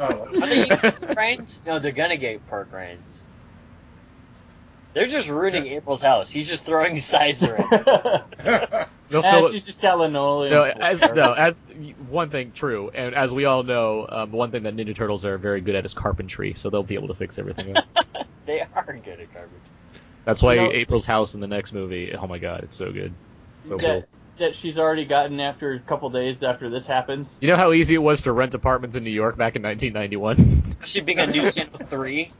Oh, Are they getting brains? No, they're gonna get pork rinds. They're just ruining April's house. He's just throwing sizer at her. They'll Ah, fill it- she's just got linoleum. No, for as her. no, as one thing true, and as we all know, um, one thing that Ninja Turtles are very good at is carpentry, so they'll be able to fix everything. up. They are good at garbage. That's why You know- April's house in the next movie. Oh my god, it's so good, so cool. that, that she's already gotten after a couple days after this happens. You know how easy it was to rent apartments in New York back in 1991. Especially being on News Channel 3.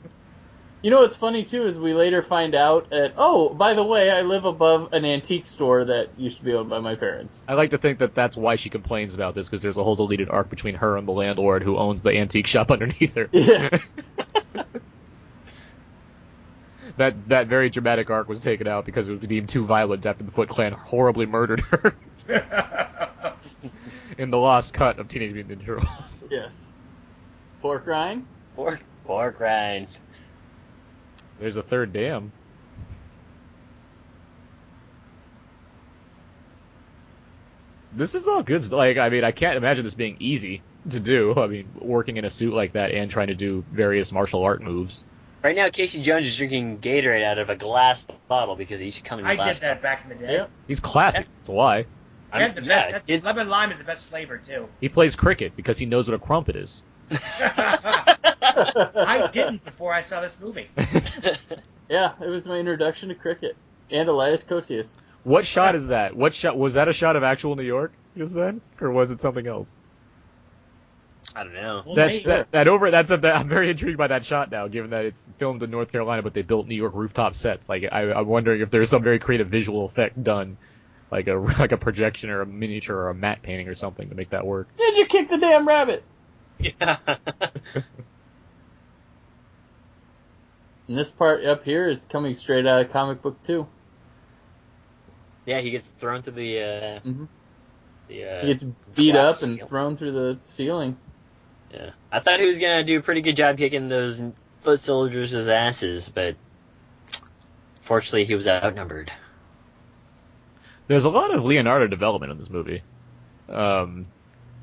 You know what's funny too is we later find out that oh, by the way, I live above an antique store that used to be owned by my parents. I like to think that that's why she complains about this because there's a whole deleted arc between her and the landlord who owns the antique shop underneath her. Yes. that that very dramatic arc was taken out because it was deemed too violent after the Foot Clan horribly murdered her in the lost cut of Teenage Mutant Ninja Turtles. yes. Pork rind. Pork, pork rind. There's a third dam. This is all good. st- Like, I mean, I can't imagine this being easy to do. I mean, working in a suit like that and trying to do various martial art moves. Right now, Casey Jones is drinking Gatorade out of a glass bottle because he should come in I glass. did that back in the day. Yep. He's classic. That's why I'm- And the best. yeah, that's, it- lemon lime is the best flavor too. he plays cricket because he knows what a crumpet is. I didn't before I saw this movie. Yeah, it was my introduction to cricket and Elias Koteas. What shot is that? What shot was that? A shot of actual New York just then, or was it something else? I don't know. Well, That's they- that, that over. That's a, that, I'm very intrigued by that shot now, given that it's filmed in North Carolina, but they built New York rooftop sets. Like I, I'm wondering if there's some very creative visual effect done, like a like a projection or a miniature or a matte painting or something to make that work. Did you kick the damn rabbit? Yeah. And this part up here is coming straight out of comic book two. yeah, he gets thrown through the. Uh, Mm-hmm. Mhm. the uh, He gets beat up glass and ceiling. thrown through the ceiling. yeah. I thought he was going to do a pretty good job kicking those foot soldiers' asses, but fortunately, he was outnumbered. There's a lot of Leonardo development in this movie. Um,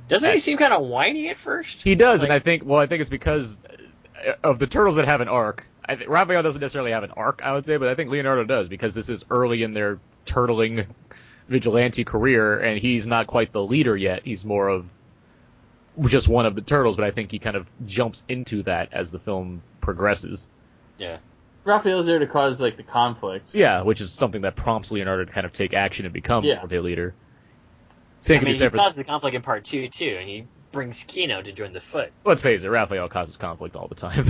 Doesn't he seem kind of whiny at first? He does, and I think well, I think it's because uh, of the turtles that have an arc. I th- Raphael doesn't necessarily have an arc, I would say, but I think Leonardo does because this is early in their turtling vigilante career, and he's not quite the leader yet. He's more of just one of the turtles, but I think he kind of jumps into that as the film progresses. yeah. Raphael's there to cause like the conflict. Yeah, which is something that prompts Leonardo to kind of take action and become Yeah. more of a leader. Same I can mean, be he said for caused the conflict in part two too, and he brings Kino to join the foot. let's face it, Raphael causes conflict all the time.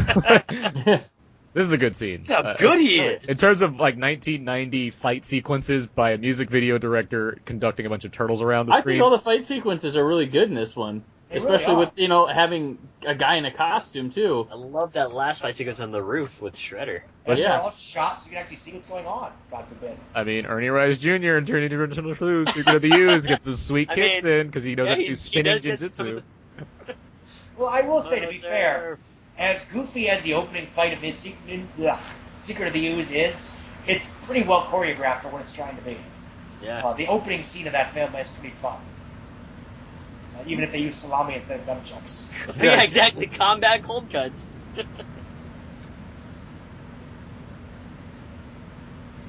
this is a good scene. Look how Uh, good he In is! terms of like 1990 fight sequences by a music video director conducting a bunch of turtles around the I screen. think all the fight sequences are really good in this one, They really especially are. with you know having a guy in a costume too. I love that last fight sequence on the roof with Shredder. And Yeah. They're all shot so you can actually see what's going on. God forbid. I mean, Ernie Rice Jr. and Trinity Original Clues, Secret of the U's, gets some sweet I kicks in 'cause mean, in because he knows yeah, how to do he's- he spinning does get some jujitsu. of Well, I Oh, will say to be fair, as goofy as the opening fight of Mid Secret of the Ooze is, it's pretty well choreographed for what it's trying to be. Yeah. Uh, the opening scene of that film is pretty fun. Uh, even if they use salami instead of nunchucks. yeah. exactly. Combat cold cuts.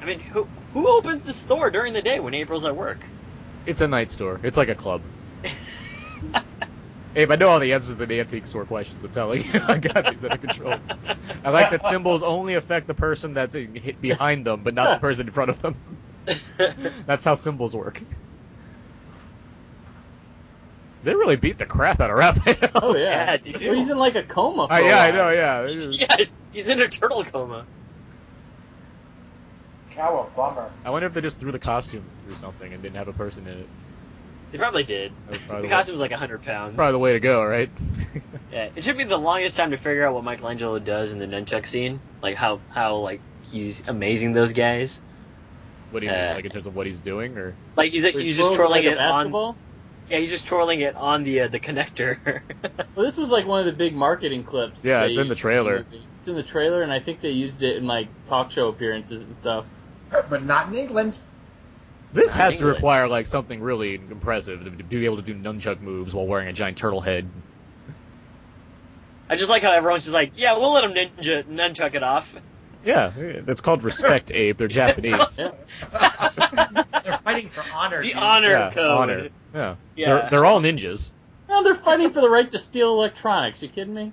I mean, who who opens the store during the day when April's at work? It's a night store. It's like a club. Abe, I know all the answers to the antique store questions. I'm telling you, I got these under control. I like that symbols only affect the person that's in- hit behind them, but not the person in front of them. That's how symbols work. They really beat the crap out of Raphael. Oh yeah, Yeah, dude. Well, he's in like a coma. For Uh, a yeah, I while. know. Yeah, yes, he's in a turtle coma. Cow a bummer. I wonder if they just threw the costume through something and didn't have a person in it. They probably did. That was The probably, Oh, the, costume was like 100 pounds. probably the way to go, right? Yeah, it should be the longest time to figure out what Michelangelo does in the nunchuck scene, like how how like he's amazing those guys. what do you mean, Uh, like in terms of what he's doing, or Like he's Where he he's just throws twirling like a it on. basketball. Yeah, he's just twirling it on the uh, the connector. Well, this was like one of the big marketing clips. Yeah, they it's in the used trailer. movie. It's in the trailer, and I think they used it in like talk show appearances and stuff. but not in England. this I has think to it- require like something really impressive to be able to do nunchuck moves while wearing a giant turtle head. I just like how everyone's just like, yeah, we'll let him ninja nunchuck it off. Yeah, that's called respect, Abe. They're Japanese. Yeah. They're fighting for honor. The dude. honor yeah, code. honor. Yeah, Yeah. They're, they're all ninjas. Now they're fighting for the right to steal electronics. You kidding me?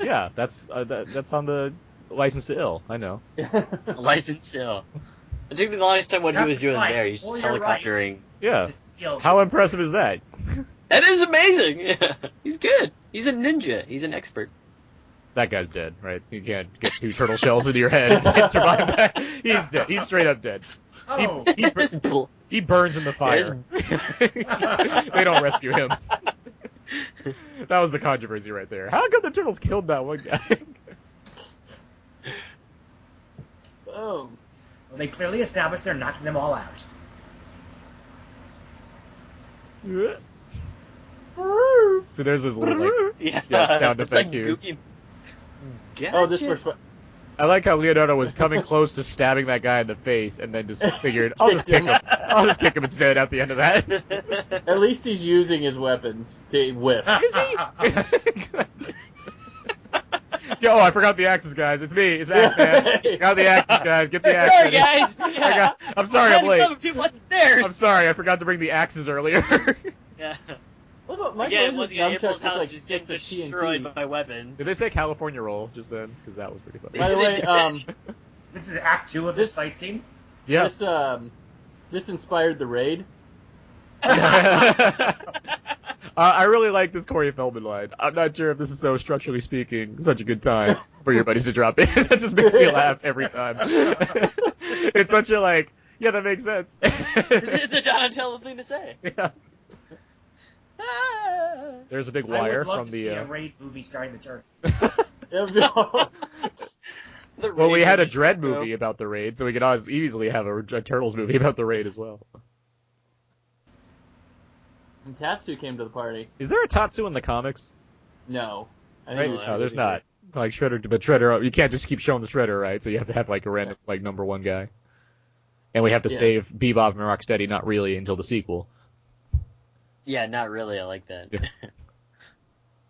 Yeah, that's uh, that, that's on the license to ill. I know. License still. It took me the longest time what he That's was doing right. there. He's Well, just you're right. helicoptering. Yeah. The skills. How impressive is that? That is amazing. Yeah. He's good. He's a ninja. He's an expert. That guy's dead, right? You can't get two turtle shells into your head and survive that. He's dead. He's straight up dead. oh, He, bur- It's bl- he burns in the fire. they don't rescue him. that was the controversy right there. How come the turtles killed that one guy? Oh, well, they clearly established they're knocking them all out. so there's this little like. yeah. Yeah, sound It's effect like cues. Goofy. oh, this Gotcha. was I like how Leonardo was coming close to stabbing that guy in the face, and then just figured, I'll just kick him. I'll just kick him instead at the end of that. at least he's using his weapons to whip. Is he? Yo, I forgot the axes, guys. It's me. It's Axe Man. Got the axes, guys. Get the axes. Sorry, guys. Yeah. I got, I'm sorry, I'm late. Seven people on the stairs. I'm sorry, I forgot to bring the axes earlier. yeah. Look what Again, once Michelangelo's again, April's nunchucks house look like just getting sticks of destroyed TNT. by weapons. Did they say California roll just then? Because that was pretty funny. By the way, um, This is Act Two of this fight scene. Yeah. this um, this inspired the raid. uh, I really like this Corey Feldman line. I'm not sure if this is so structurally speaking such a good time for your buddies to drop in. that just makes me laugh every time. it's such a like, yeah, that makes sense. it's a Donatello thing to say. yeah. Ah. There's a big I wire would love from to see the. a Uh, raid movie starring the turtle. That would be- The well, we rage had a of- Dread movie about the raid, so we could always easily have a, a Turtles movie about the raid as well. and Tatsu came to the party. Is there a Tatsu in the comics? No, I Right? think it No, was- there's not. Like Shredder, but Shredder, you can't just keep showing the Shredder, right? So you have to have like a random, like number one guy. And we have to Yes. save Bebop and Rocksteady, not really until the sequel. Yeah, not really. I like that.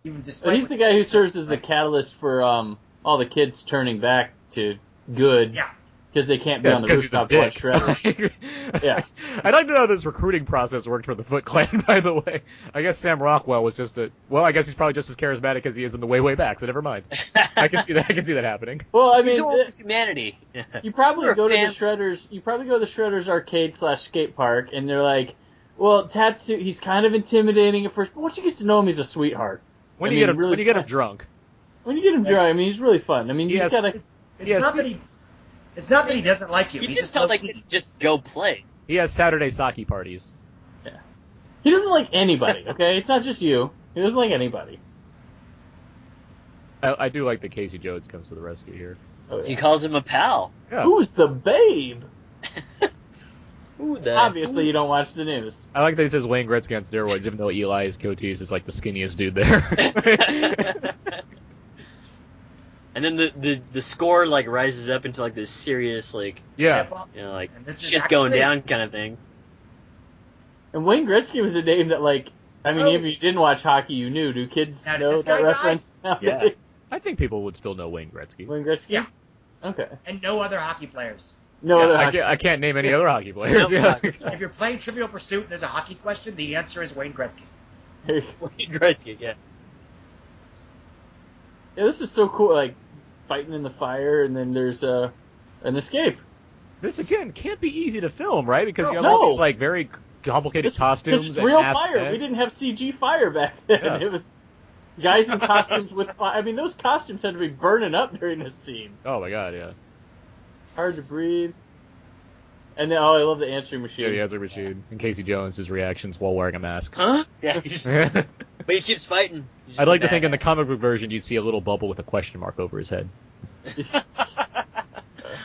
Even But despite he's the guy who serves as the catalyst for um, all the kids turning back to good Yeah. because they can't be on the because he's a rooftop to watch Shredder. dick. Yeah. I'd like to know how this recruiting process worked for the Foot Clan. By the way, I guess Sam Rockwell was just a well. I guess he's probably just as charismatic as he is in the way way back. So never mind. I can see that. I can see that happening. Well, I He's mean, all th- humanity. you probably We're a go to the fam- Shredder's. You probably go to the Shredder's arcade slash skate park, and they're like, "Well, Tatsu, he's kind of intimidating at first, but once you get to know him, he's a sweetheart. When I do you mean, get him? really- when do you get him drunk? When you get him dry, I mean, he's really fun. I mean, you Yes. just gotta it's Yes. not that he, it's not that he doesn't like you. You he's just just tell low like key. just go play. He has Saturday sake parties. He doesn't like anybody, okay? It's not just you. He doesn't like anybody. I, I do like that Casey Jones comes to the rescue here. Oh, yeah. He calls him a pal. Yeah. Who is the babe? Ooh, the Obviously, you don't watch the news. I like that he says Wayne Gretzky on steroids, even though Eli is Cotis is like the skinniest dude there. and then the, the the score like rises up into like this serious like yeah, well, you know like And this is shit's going down accurate. kind of thing. And Wayne Gretzky was a name that, like, I mean, Oh. if you didn't watch hockey, you knew. Do kids Now, did know this that guy die? reference nowadays? I think people would still know Wayne Gretzky. Wayne Gretzky? Yeah. Okay. and no other hockey players. No Yeah, other I, hockey. can't, I can't name any other hockey players. No yeah. hockey If you're playing Trivial Pursuit and there's a hockey question, the answer is Wayne Gretzky. yeah, Wayne Gretzky, yeah. this is so cool. Like, fighting in the fire, and then there's uh, an escape. This again can't be easy to film, right? Because you have No. all these like very complicated It's- costumes. Because it's and real ass fire. men. We didn't have CG fire back then. Yeah. It was guys in costumes with fire. I mean, those costumes had to be burning up during this scene. Oh my god, yeah. Hard to breathe. And then, oh, I love the answering machine. Yeah, the answer machine. And Casey Jones' his reactions while wearing a mask. Huh? Yeah. he's just- I'd but he keeps fighting. He's just a like to think in the badass. comic book version you'd see a little bubble with a question mark over his head.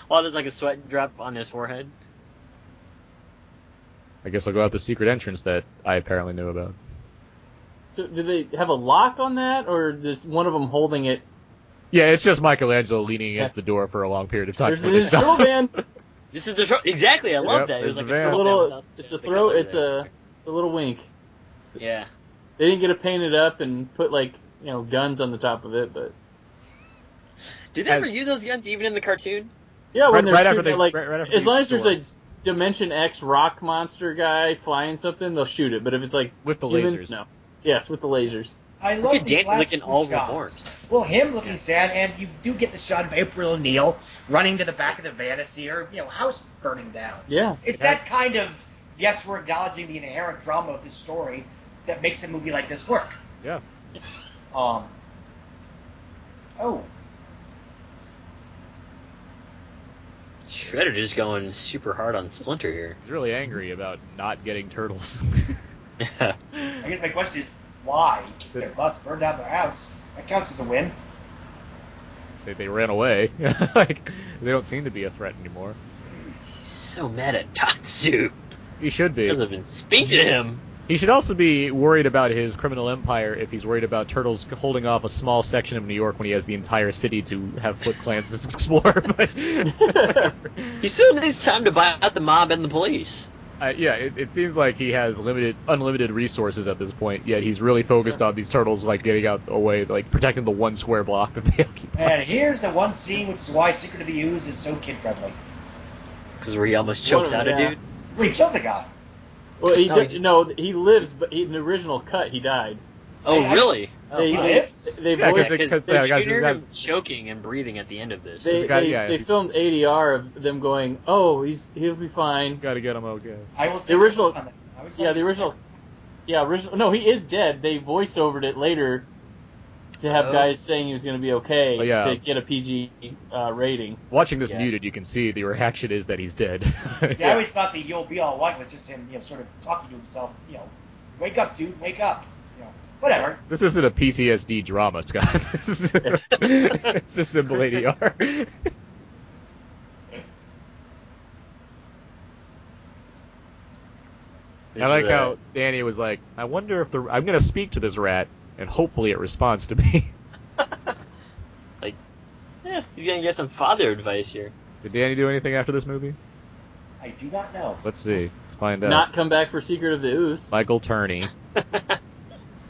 Well, there's like a sweat drop on his forehead. I guess I'll go out the secret entrance that I apparently knew about. So, do they have a lock on that, or just one of them holding it? Yeah, it's just Michelangelo leaning against the door for a long period of time. There's before they this stop. drill band. This is the tro- exactly. I love Yep, that. It was there's like the a van. A throw little. It's a throw. It's a. It's a little wink. yeah. They didn't get it painted up and put like you know guns on the top of it, but Did they As- ever use those guns even in the cartoon? yeah, Right- when they're right after shooting, they- it, like right- right after as they long use as there's the like Dimension X rock monster guy flying something, they'll shoot it. But if it's like With the humans, lasers. no. Yes, with the lasers. I Look love at these Danny last looking two all shots. remorse. Well, him looking sad, and you do get the shot of April O'Neil running to the back of the van to see her, you know, house burning down. Yeah. It's that kind of yes, we're acknowledging the inherent drama of this story that makes a movie like this work. Yeah. Um. Oh, Shredder just going super hard on Splinter here. He's really angry about not getting turtles. I guess my question is why kick their butts, burn down their house? That counts as a win. they, they ran away. like they don't seem to be a threat anymore. He's so mad at Tatsu. He should be. Doesn't even speak to him. He should also be worried about his criminal empire if he's worried about turtles holding off a small section of New York when he has the entire city to have Foot Clans explore. But He still needs time to buy out the mob and the police. uh, yeah, it, it seems like he has limited, unlimited resources at this point. Yet he's really focused on these turtles like getting out away, like protecting the one square block that they occupy. And here's the one scene which is why Secret of the Ooze is so kid friendly. Because where he almost chokes What out a- a yeah. dude. Well, he kills a guy. Well, he No, no, he just- no, he lives, but he, in the original cut, he died. Oh, Hey, I- really? they, he they, lives? They Yeah, 'cause voiced, it- they, 'cause, uh, Because yeah, yeah, guys, guys- choking and breathing at the end of this. they, guy- yeah, they he's- filmed ADR of them going, "Oh, he's he'll be fine." Got to get him okay. I will. take The original- on that. I would say Yeah, the he's original. Yeah, original. No, he is dead. They voice overed it later to have Oh. guys saying he was going to be okay Oh, yeah. to get a PG uh, rating. Watching this Yeah. muted, you can see the reaction is that he's dead. See, I always thought the "You'll be all right" was just him, you know, sort of talking to himself. You know, wake up, dude, wake up. You know, whatever. This isn't a PTSD drama, Scott. This is it's just simple ADR. This I is uh, like a- how Danny was like, "I wonder if the I'm going to speak to this rat, and hopefully it responds to me." Yeah, he's gonna get some father advice here. Did Danny do anything after this movie? I do not know. Let's see. Let's find out. Not come back for Secret of the Ooze. Michael Turney.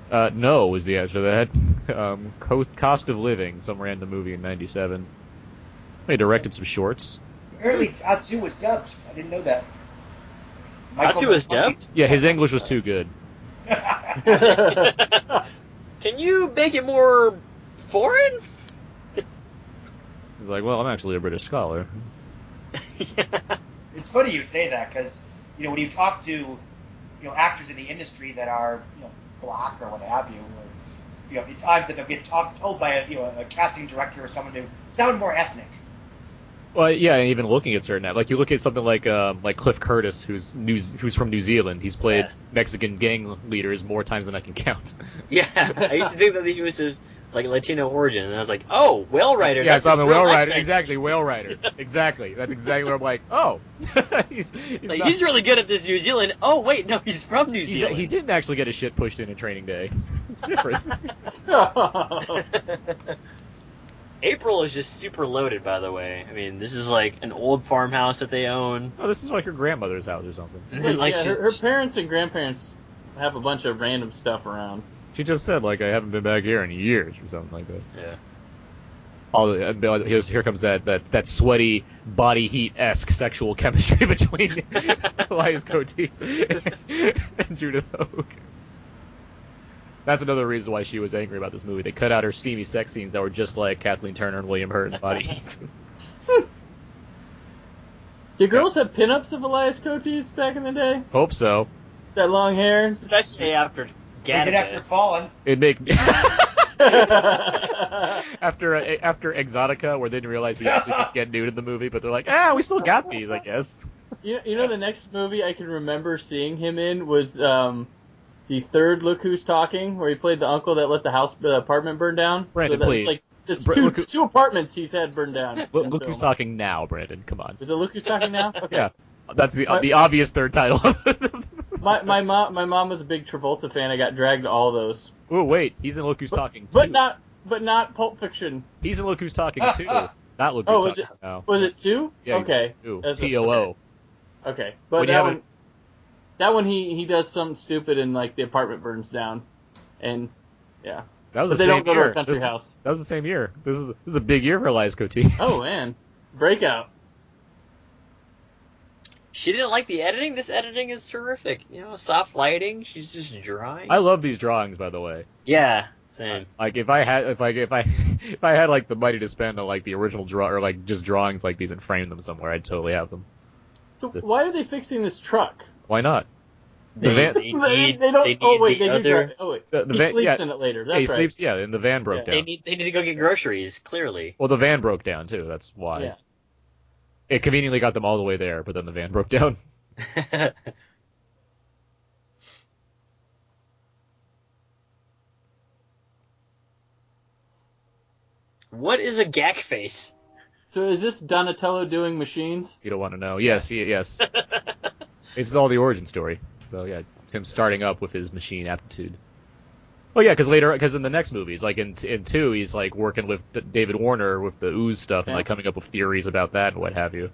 uh, no was the answer to that. Um, Co- Cost of Living, some random movie in '97. He directed some shorts. Apparently, Tatsu was dubbed. I didn't know that. Tatsu was dubbed. Yeah, his English was too good. Can you make it more foreign? He's like, "Well, I'm actually a British scholar." It's funny you say that because you know when you talk to you know actors in the industry that are you know black or what have you, or, you know it's odd that they'll get talk, told by a, you know a casting director or someone to sound more ethnic. Well, yeah, and even looking at certain, like you look at something like um, like Cliff Curtis, who's New, who's from New Zealand. He's played Yeah. Mexican gang leaders more times than I can count. Yeah, I used to think that he was of like Latino origin, and I was like, oh, whale rider. yeah, I that's saw his him in real Whale life Rider. sex. Exactly, Whale Rider. exactly. That's exactly where I'm like, oh, he's he's, Like, not- he's really good at this New Zealand. Oh wait, no, he's from New he's- Zealand. he didn't actually get his shit pushed in a training day. It's different. April is just super loaded, by the way. I mean, this is like an old farmhouse that they own. oh, this is like her grandmother's house or something. like yeah, she- her, her parents and grandparents have a bunch of random stuff around. She just said like, I haven't been back here in years or something like that. Yeah. All the- and here's, here comes that, that, that sweaty body heat esque sexual chemistry between Elias Cotis and Judith Oak. That's another reason why she was angry about this movie. They cut out her steamy sex scenes that were just like Kathleen Turner and William Hurt in body heat. Did girls have pinups of Elias Cotis back in the day? Hope so. That long hair. especially after They did after Gattaca. Fallen. It make after uh, after Exotica, where they didn't realize he actually could get nude in the movie, but they're like, ah, we still got these, I guess. You, you know the next movie I can remember seeing him in was um, the third Look Who's Talking, where he played the uncle that let the house the apartment burn down. Brandon, so that's please. Like, it's Br- two look who- two apartments he's had burned down. Look, in look who's film. talking now, Brandon. Come on. Is it Look Who's Talking now? Okay. Yeah, that's the My- the obvious third title. My my mom my mom was a big Travolta fan. I got dragged to all those, oh wait, he's in Look Who's Talking. but too. not but not Pulp Fiction. He's in Look Who's Talking too. Not Look Who's Oh, is Talking now. Was it two? Yeah, he's okay. Too. That's a- T O O. Okay, but When you have that one, a- that one he he does something stupid and like the apartment burns down, and yeah. That was But the they same don't go to a year. country This is- house. that was the same year. This is this is a big year for Elias Cotis. Oh man, breakout. She didn't like the editing. This editing is terrific. You know, soft lighting. She's just drawing. I love these drawings, by the way. yeah, same. Like if I had if I if I if I had like the money to spend on like the original draw or like just drawings like these and frame them somewhere, I'd totally have them. So why are they fixing this truck? Why not? The They, van- they They, need- they don't. they oh need the wait, they do. other- Drive, oh wait, The- the he van- sleeps yeah. in it later. Yeah, That's he right. sleeps. Yeah, and the van broke Yeah. They down. need they need to go get groceries. Clearly, well, the van broke down too. That's why Yeah. it conveniently got them all the way there, but then the van broke down. what is a gack face? So is this Donatello doing machines? You don't want to know. Yes, y- yes. it's all the origin story. So yeah, it's him starting up with his machine aptitude. Oh yeah, because later, because in the next movies, like in in two, he's like working with D- David Warner with the ooze stuff and Yeah. like coming up with theories about that and what have you.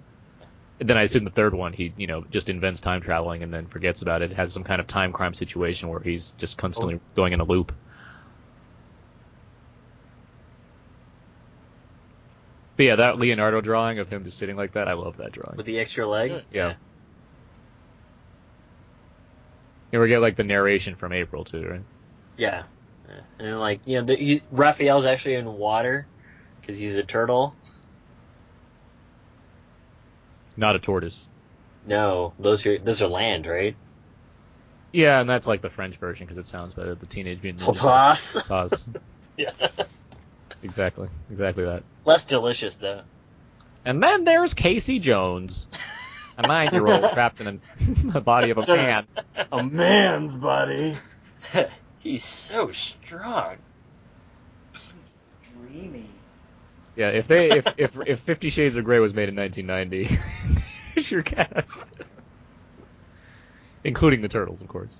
And then I assume the third one, he you know just invents time traveling and then forgets about it. Has some kind of time crime situation where he's just constantly going in a loop. But yeah, that Leonardo drawing of him just sitting like that, I love that drawing. With the extra leg? Yeah. And we get like the narration from April too, right? Yeah. Yeah. And like, you know, the, he's, Raphael's actually in water because he's a turtle. Not a tortoise. No, those are those are land, right? Yeah, and that's like the French version because it sounds better. The Teenage Mutant Mm-hmm. Ninja Toss. Tortoise. Yeah. Exactly, exactly that. Less delicious though. And then there's Casey Jones, a nine-year-old trapped in a, the body of a Sure. man. A man's body. He's so strong. He's dreamy. Yeah, if they if if if Fifty Shades of Grey was made in 1990, it's your cast, including the turtles, of course.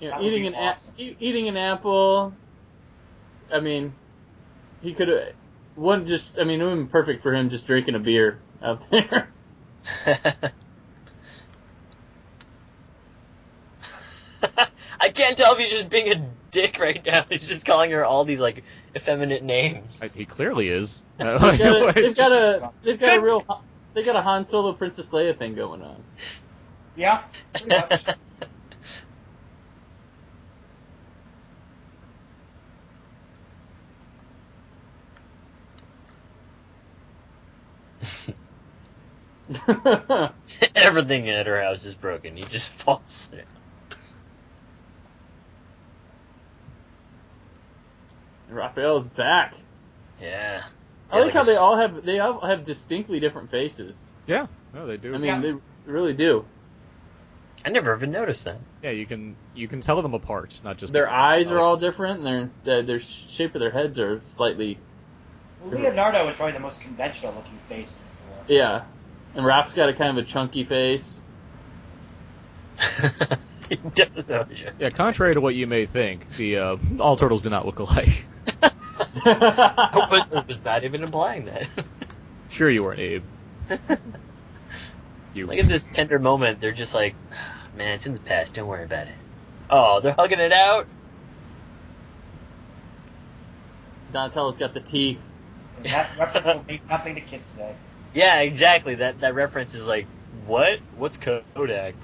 You know, That would eating be an a- awesome. e- eating an apple. I mean, he could have one just. I mean, it would have been perfect for him just drinking a beer out there. I can't tell if he's just being a dick right now. He's just calling her all these like effeminate names. I- He clearly is. They've got a, they've got a, they've got a Good. real they got a Han Solo Princess Leia thing going on. Yeah, pretty much. Everything at her house is broken. He just falls there. Raphael's back. Yeah. I Yeah, like a how they s- all have they all have distinctly different faces. yeah, no, they do. I mean, Yeah. they really do. I never even noticed that. Yeah, you can you can tell them apart, not just Their because- eyes are all different, and their their- their shape of their heads are slightly Well, Leonardo is probably the most conventional looking face in the four. yeah. And Rap's got a kind of a chunky face. He doesn't know shit. Yeah, contrary to what you may think, the uh, all turtles do not look alike. I was- I was not even implying that. Sure, you weren't Abe. You Like at this tender moment, they're just like, "Ah, man, it's in the past. Don't worry about it. Oh, they're hugging it out. Donatello's got the teeth. And that reference will mean nothing to kids today. Yeah, exactly. That that reference is like, what? What's Kodak?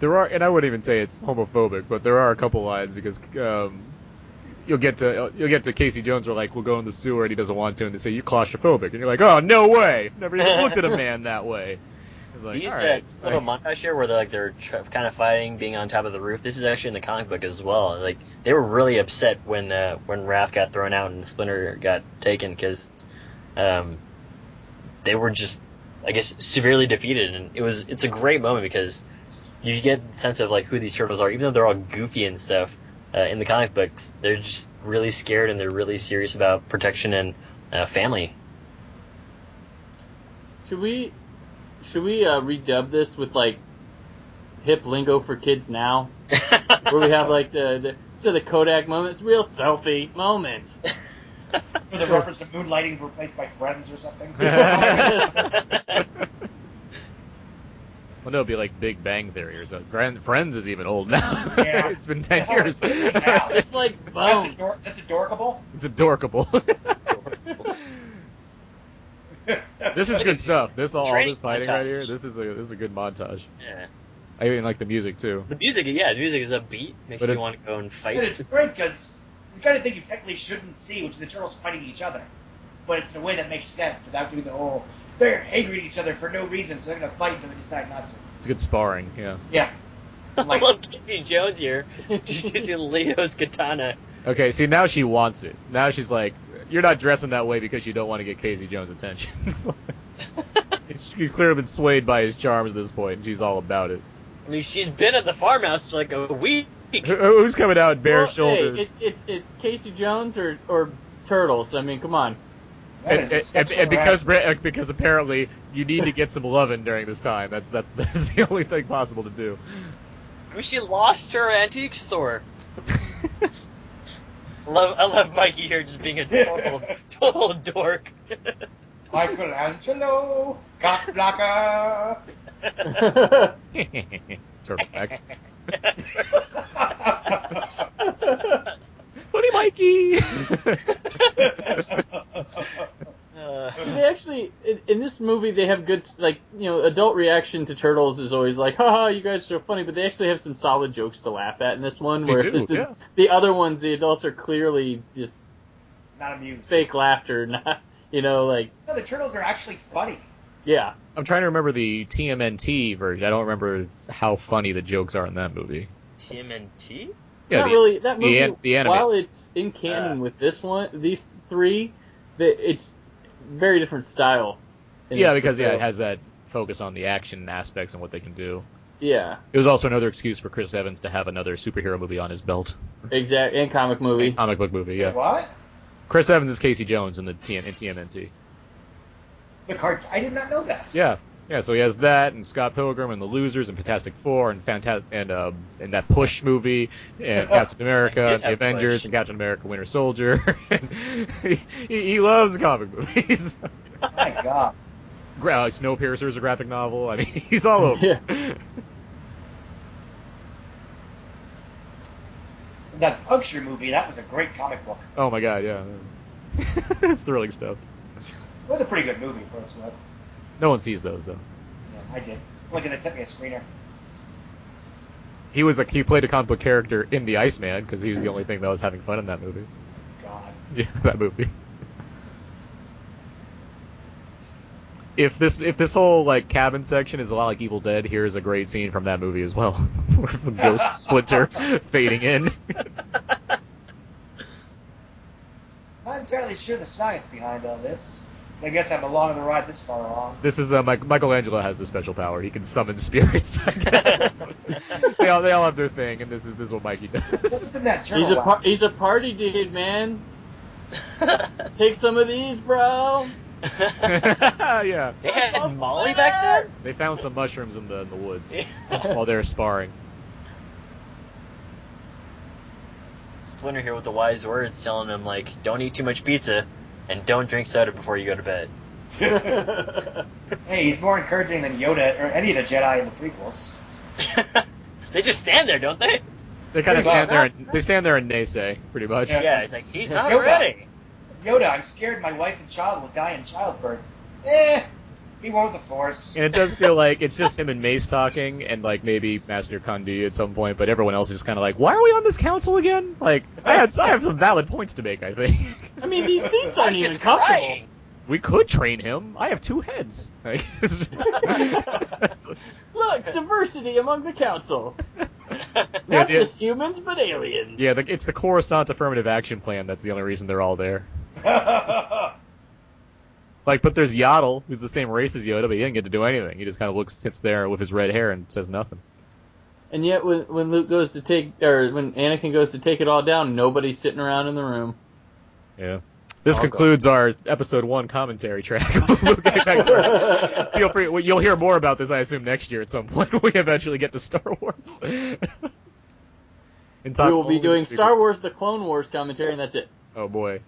there are, and I wouldn't even say it's homophobic, but there are a couple lines because um, you'll get to you'll get to Casey Jones where like we'll go in the sewer and he doesn't want to, and they say you're claustrophobic, and you're like, oh no way, never even looked at a man that way. It's like, These all uh, right, this like- little montage here where they're like they're tr- kind of fighting, being on top of the roof. This is actually in the comic book as well. Like they were really upset when uh, when Raph got thrown out and Splinter got taken because um, they were just I guess severely defeated. And it was it's a great moment because you get the sense of like who these turtles are, even though they're all goofy and stuff. Uh, in the comic books, they're just really scared and they're really serious about protection and uh, family. Should we should we uh, redub this with like hip lingo for kids now, where we have like the, the so the Kodak moment, it's a real selfie moment. For the reference to moonlighting replaced by friends or something. Well, no, it'd be like Big Bang Theory or something. Grand Friends is even old now. Yeah. it's been 10 Oh, years. it's now. It's like Oh. that's, bones. ador- that's adorable. It's adorable. this is good stuff. This all, all Training this fighting right montage. here. This is a this is a good montage. Yeah. I even like the music too. The music, yeah, the music is upbeat. Makes But you it's- want to go and And it's fight. great because the kind of thing you technically shouldn't see, which is the turtles fighting each other. But it's a way that makes sense without doing the whole they're angry at each other for no reason, so they're going to fight until they decide not to. It's good sparring. Yeah. Yeah. I love Casey Jones here, just using Leo's katana. Okay. See, now she wants it. Now she's like, "You're not dressing that way because you don't want to get Casey Jones' attention." It's- She's clearly been swayed by his charms at this point, and she's all about it. I mean, she's been at the farmhouse for like a week. Who- Who's coming out bare Well, hey, shoulders? it's, it's it's Casey Jones or or Turtles. I mean, come on. That and, is and- and- sexual and because Bra- harassment. because apparently you need to get some loving during this time. That's that's that's the only thing possible to do. I mean, she lost her antique store. love, I love Mikey here just being a total, total dork. Michelangelo, Casablanca. Turtleback. Buddy Mikey. Uh, Do they actually in, in this movie they have good like you know adult reaction to turtles is always like haha you guys are so funny but they actually have some solid jokes to laugh at in this one They where do, this is- yeah. the other ones the adults are clearly just Not amused. fake laughter not you know like No, the turtles are actually funny. yeah I'm trying to remember the TMNT version. I don't remember how funny the jokes are in that movie. TMNT? it's Yeah, not the- really that the movie an- the anime. Uh. while it's in canon with this one these three the, it's very different style in yeah, its because yeah, it portrayal. has that focus on the action aspects and what they can do. yeah It was also another excuse for Chris Evans to have another superhero movie on his belt. exact and comic movie Comic book movie, yeah. What? Chris Evans is Casey Jones in the TN- in TMNT. The cart. I did not know that. Yeah, yeah. So he has that, and Scott Pilgrim, and The Losers, and Fantastic Four, and Fantas- and um, and that Push movie, and Captain America, I did and The have Avengers, Push. and Captain America: Winter Soldier. he, he he loves comic movies. My God. Gra- like Snowpiercer is a graphic novel. I mean, he's all over. it. And that puncture movie. That was a great comic book. Oh my god, yeah. it's thrilling stuff. It was a pretty good movie for what it's worth. No one sees those though. Yeah, I did. Look at they sent me a screener. He was like he played a comic book character in the Iceman because he was the only thing that was having fun in that movie. God. Yeah, that movie. If this if this whole like cabin section is a lot like Evil Dead, here's a great scene from that movie as well, from Ghost Splinter fading in. Not entirely sure the science behind all this. I guess I'm along the ride this far along. This is uh, Mike, Michelangelo has the special power; he can summon spirits. I guess. they all they all have their thing, and this is this is what Mikey This does. is in that turtle he's a par- lounge. he's a party dude man take some of these bro yeah, they had Molly back there? they found some mushrooms in the in the woods while they were sparring. Splinter here with the wise words telling him, like, don't eat too much pizza and don't drink soda before you go to bed. Hey, he's more encouraging than Yoda or any of the Jedi in the prequels. they just stand there, don't they? They kind Pretty of stand much. there and they stand there and naysay pretty much. Yeah. Yeah, it's like, he's not Yoda. ready. Yoda, I'm scared my wife and child will die in childbirth. Eh, be one with the Force. And it does feel like it's just him and Mace talking, and like maybe Master Condi at some point, but everyone else is just kind of like, "Why are we on this council again?" Like, I, had, I have some valid points to make, I think. I mean, these seats aren't I'm even just comfortable. crying. we could train him. I have two heads. Like, it's just- Look, diversity among the council. Yeah, Not the- just humans, but aliens. yeah, the, it's the Coruscant affirmative action plan. That's the only reason they're all there. Like, but there's Yaddle, who's the same race as Yoda, but he didn't get to do anything. He just kind of looks, sits there with his red hair and says nothing. And yet, when, when Luke goes to take, or when Anakin goes to take it all down, nobody's sitting around in the room. Yeah. This I'll go. concludes our episode one commentary track. We'll get back to our- Feel free. well, You'll hear more about this, I assume, next year at some point when we eventually get to Star Wars. In time, we will be doing Star Wars: The Clone Wars commentary, and that's it. Oh boy,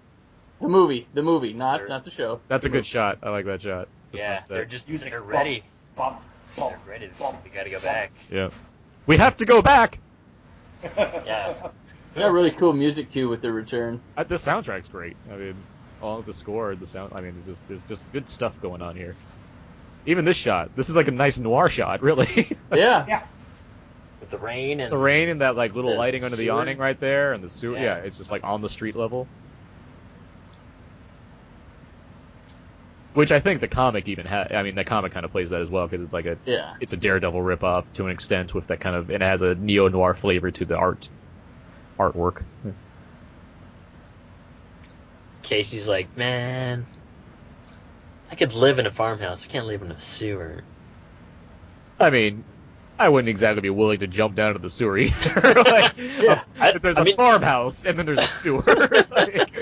The movie, the movie, not not the show. that's a good shot. I like that shot. The yeah, sunset. they're just Music they're ready. Bump, bump. They're ready. We gotta go back. Yeah. We have to go back. Yeah. They Got really cool music too with their return. Uh, the soundtrack's great. I mean, all of the score, the sound. I mean, it's just, there's just good stuff going on here. Even this shot. This is like a nice noir shot, really. Yeah, Yeah. With the rain and the rain and that like little The lighting under the sewer. awning right there, and the sewer. Yeah. Yeah. it's just like on the street level. Which I think the comic even had. I mean, the comic kind of plays that as well because it's like a yeah. it's a Daredevil ripoff to an extent with that kind of and it has a neo noir flavor to the art artwork. Casey's like, man, I could live in a farmhouse. I can't live in a sewer. I mean, I wouldn't exactly be willing to jump down to the sewer either. like, Yeah. if there's a I mean- farmhouse and then there's a sewer. Like,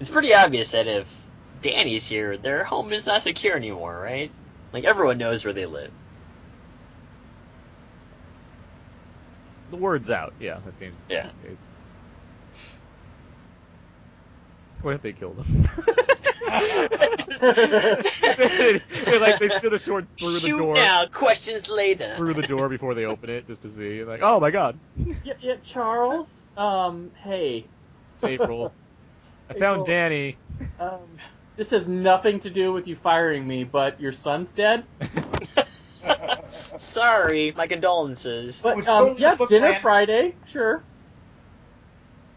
It's pretty obvious that if Danny's here, their home is not secure anymore, right? Like everyone knows where they live. the word's out. Yeah, that seems. Yeah. the case. What if they killed him? they, they, like they should have short through the Shoot door, now, questions later. through the door before they open it, just to see. Like, oh my god, yeah, yeah. Charles, um, hey, it's April. I found April. Danny. um, this has nothing to do with you firing me, but your son's dead. Sorry, my condolences. But Which um, totally yeah, book dinner plan. Friday, sure.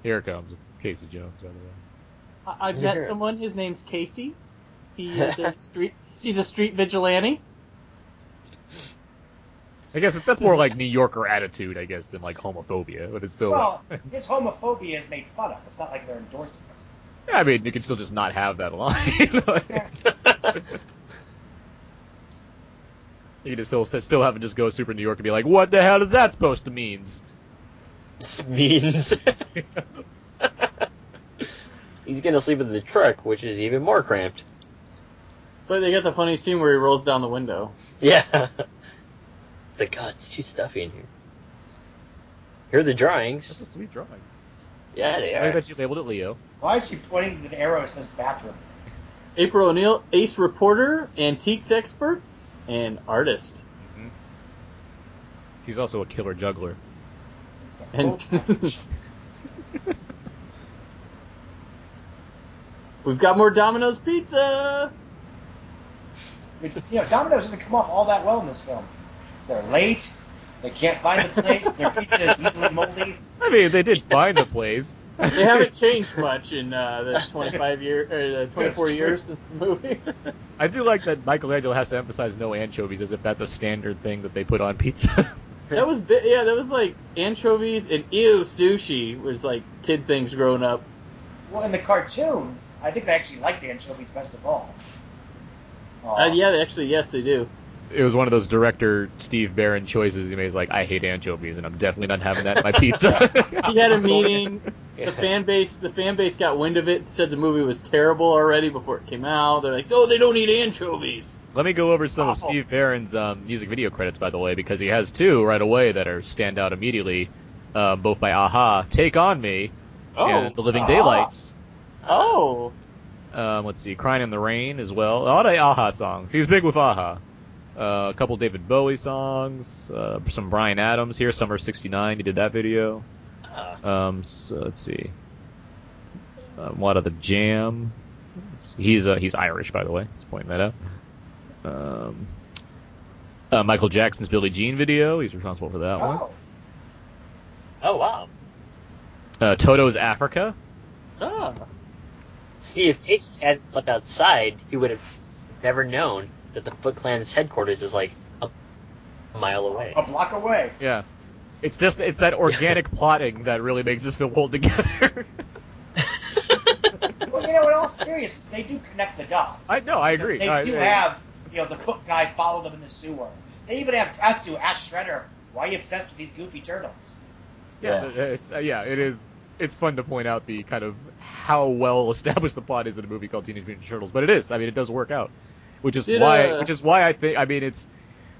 Here it comes Casey Jones, by the way. I- I've met Yes. someone. His name's Casey. He is a street. He's a street vigilante. I guess that's more like New Yorker attitude, I guess, than like homophobia. But it's still, Well, his homophobia is made fun of. It's not like they're endorsing this. I mean, you can still just not have that line. Like, you can just still still have it just go super New York and be like, "What the hell is that supposed to means?" This means he's gonna sleep in the truck, which is even more cramped. But they got the funny scene where he rolls down the window. Yeah. It's like, God, it's too stuffy in here. Here are the drawings. That's a sweet drawing. Yeah, they I like are. that you labeled it Leo. Why is she pointing to an arrow that says bathroom? April O'Neil, ace reporter, antiques expert, and artist. He's also a killer juggler. It's the And- full package. We've got more Domino's pizza. Which, you know, Domino's doesn't come off all that well in this film. They're late. They can't find the place. Their pizza is easily moldy. I mean, they did find the place. They haven't changed much in uh, the 25 year or the 24 That's years since the movie. I do like that Michelangelo has to emphasize no anchovies, as if that's a standard thing that they put on pizza. that was bi- yeah, that was like anchovies and ew sushi was like kid things growing up. Well, in the cartoon, I think they actually liked the anchovies best of all. Aw. Uh, yeah, they actually yes they do. it was one of those director Steve Barron choices he made. He's like, I hate anchovies, and I'm definitely not having that in my pizza. He had a meeting. The fan base, the fan base got wind of it. Said the movie was terrible already before it came out. They're like, oh, they don't need anchovies. Let me go over some of Awful. Steve Barron's um, music video credits, by the way, because he has two right away that are stand out immediately, uh, both by Aha, "Take on Me," Oh, and "The Living Aha. Daylights." oh, Um, let's see, "Crying in the Rain" as well. A lot of Aha songs. He's big with Aha. Uh, a couple David Bowie songs, uh, some Brian Adams here. Summer '69, he did that video. Uh, Um, so let's see. Uh, a lot of the Jam. Let's see. He's uh, he's Irish, by the way. Just pointing that out. Um, uh, Michael Jackson's Billie Jean video. He's responsible for that one. Oh. Oh wow. Uh, Toto's Africa. Ah, See, if Jason hadn't slept outside, he would have never known that the Foot Clan's headquarters is like a mile away. A block away. Yeah. It's just it's that organic plotting that really makes this film hold together. Well, you know, in all seriousness, they do connect the dots. I no, I agree. They I- do I- have, you know, the cook guy follow them in the sewer. They even have Tatsu ask Shredder, "Why are you obsessed with these goofy turtles?" yeah, It's, uh, yeah, it is. It's fun to point out the kind of how well established the plot is in a movie called Teenage Mutant Ninja Turtles, but it is. I mean, it does work out, which is Did, why, uh, which is why I think. I mean, it's.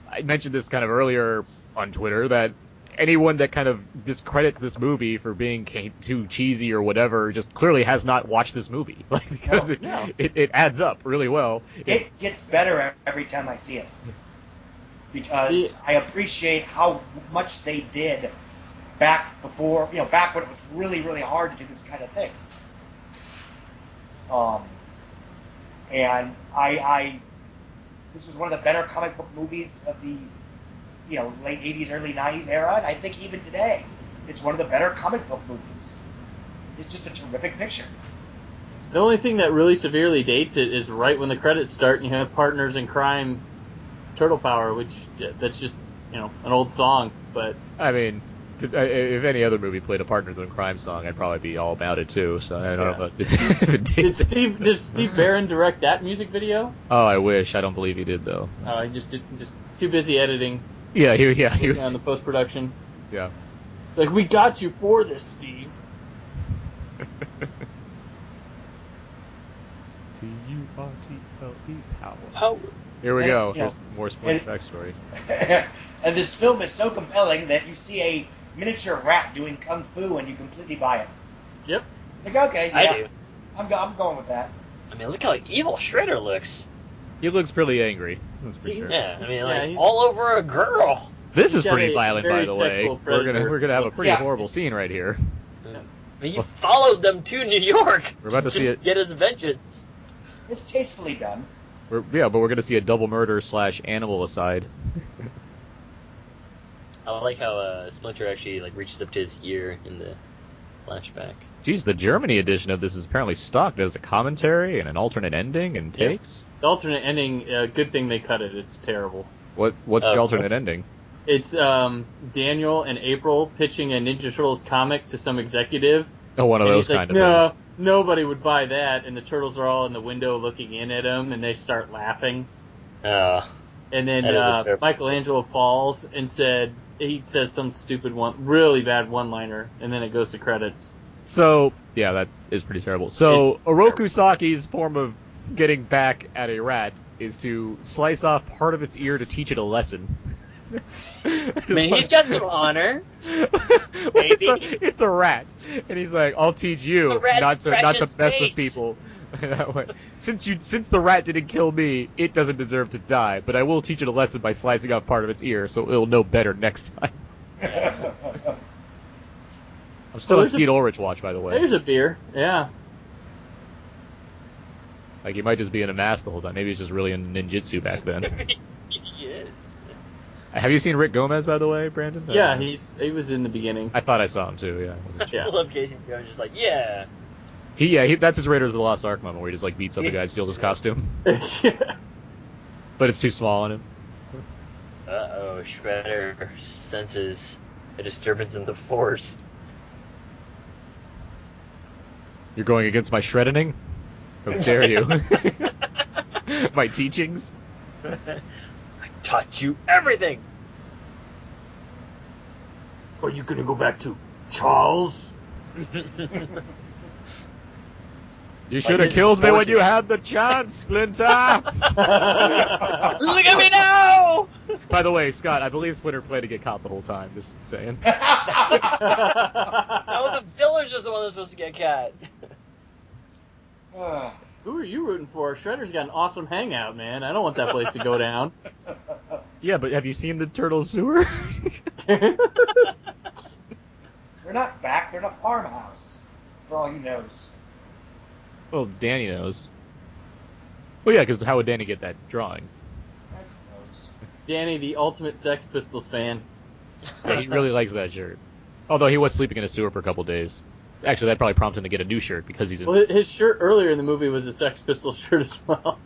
I mentioned this kind of earlier on Twitter that anyone that kind of discredits this movie for being ca- too cheesy or whatever just clearly has not watched this movie, like because No, it, it it adds up really well. It gets better every time I see it because Yeah. I appreciate how much they did back before, you know, back when it was really, really hard to do this kind of thing. Um, and I, I, this was one of the better comic book movies of the, you know, late '80s, early '90s era, and I think even today, it's one of the better comic book movies. It's just a terrific picture. the only thing that really severely dates it is right when the credits start and you have partners in crime, Turtle Power, which yeah, that's just you know an old song, but I mean, to, I- if any other movie played a partner than a crime song, I'd probably be all about it too. So I don't know if, it did dates. Steve did Steve Barron direct that music video? Oh, I wish. I don't believe he did though. Oh, I just did, just too busy editing Yeah, he, yeah, he was. on the post production. Yeah. Like we got you for this, Steve. T U R T L E power. Oh, Here we go. Yeah. Here's more spoiler backstory. and this film is so compelling that you see a miniature rat doing kung fu and you completely buy it. Yep. Like, okay, yeah, I do. I'm, go- I'm going with that. I mean, look how evil Shredder looks. He looks pretty angry. That's for sure. Yeah, I mean, Yeah, like he's- all over a girl. This is He's got pretty a violent, by very the way. sexual We're gonna predator. we're gonna have a pretty Yeah. horrible scene right here. I mean, he followed them to New York. We're about to see just it. Get his vengeance. It's tastefully done. We're, yeah, but we're gonna see a double murder slash animal aside. I like how uh, Splinter actually like reaches up to his ear in the flashback. Geez, the Germany edition of this is apparently stocked as a commentary and an alternate ending and Yeah. takes. The alternate ending. Uh, good thing they cut it. It's terrible. What what's the Uh, alternate ending? It's um, Daniel and April pitching a Ninja Turtles comic to some executive. Oh, one of and those he's like, kind of no, things. nobody would buy that. And the turtles are all in the window looking in at him, and they start laughing. Uh, And then That is a uh, terrible- Michelangelo falls and said he says some stupid one, really bad one-liner, and then it goes to credits. So yeah, that is pretty terrible. So It's Oroku Saki's form of getting back at a rat is to slice off part of its ear to teach it a lesson. Just I mean, he's got some honor. it's, a, it's a rat, and he's like, "I'll teach you The rat not to not to scratches mess with face. people." that way. Since you since the rat didn't kill me, it doesn't deserve to die. But I will teach it a lesson by slicing off part of its ear, so it'll know better next time. I'm still Well, on there's a- Skeet Ulrich watch, by the way. There's a beer. Yeah. Like he might just be in a mask the whole time. Maybe he's just really into ninjutsu back then. He is. Have you seen Rick Gomez by the way, Brandon? Yeah, Uh, he's he was in the beginning. I thought I saw him too. Yeah. I wasn't sure. Yeah. I love Casey Jones. Just like, yeah. He yeah he, that's his Raiders of the Lost Ark moment where he just like beats up a guy Yes. and steals his costume, yeah. but it's too small on him. Uh oh, Shredder senses a disturbance in the force. You're going against my shredding? How dare you? my teachings? I taught you everything. Are you gonna go back to Charles? You should have killed me when you had the chance, Splinter. Look at me now! by the way, Scott, I believe Splinter played to get caught the whole time. Just saying. No, the villager's the one that's supposed to get caught. Uh, Who are you rooting for? Shredder's got an awesome hangout, man. I don't want that place to go down. Yeah, but have you seen the turtle sewer? they're not back. They're in a farmhouse, for all he knows. well, Danny knows. Well, yeah, because how would Danny get that drawing? I suppose. Danny, the ultimate Sex Pistols fan. Yeah, he really likes that shirt. Although he was sleeping in a sewer for a couple days. Actually, that probably prompted him to get a new shirt because he's in. Well, his shirt earlier in the movie was a Sex Pistol shirt as well.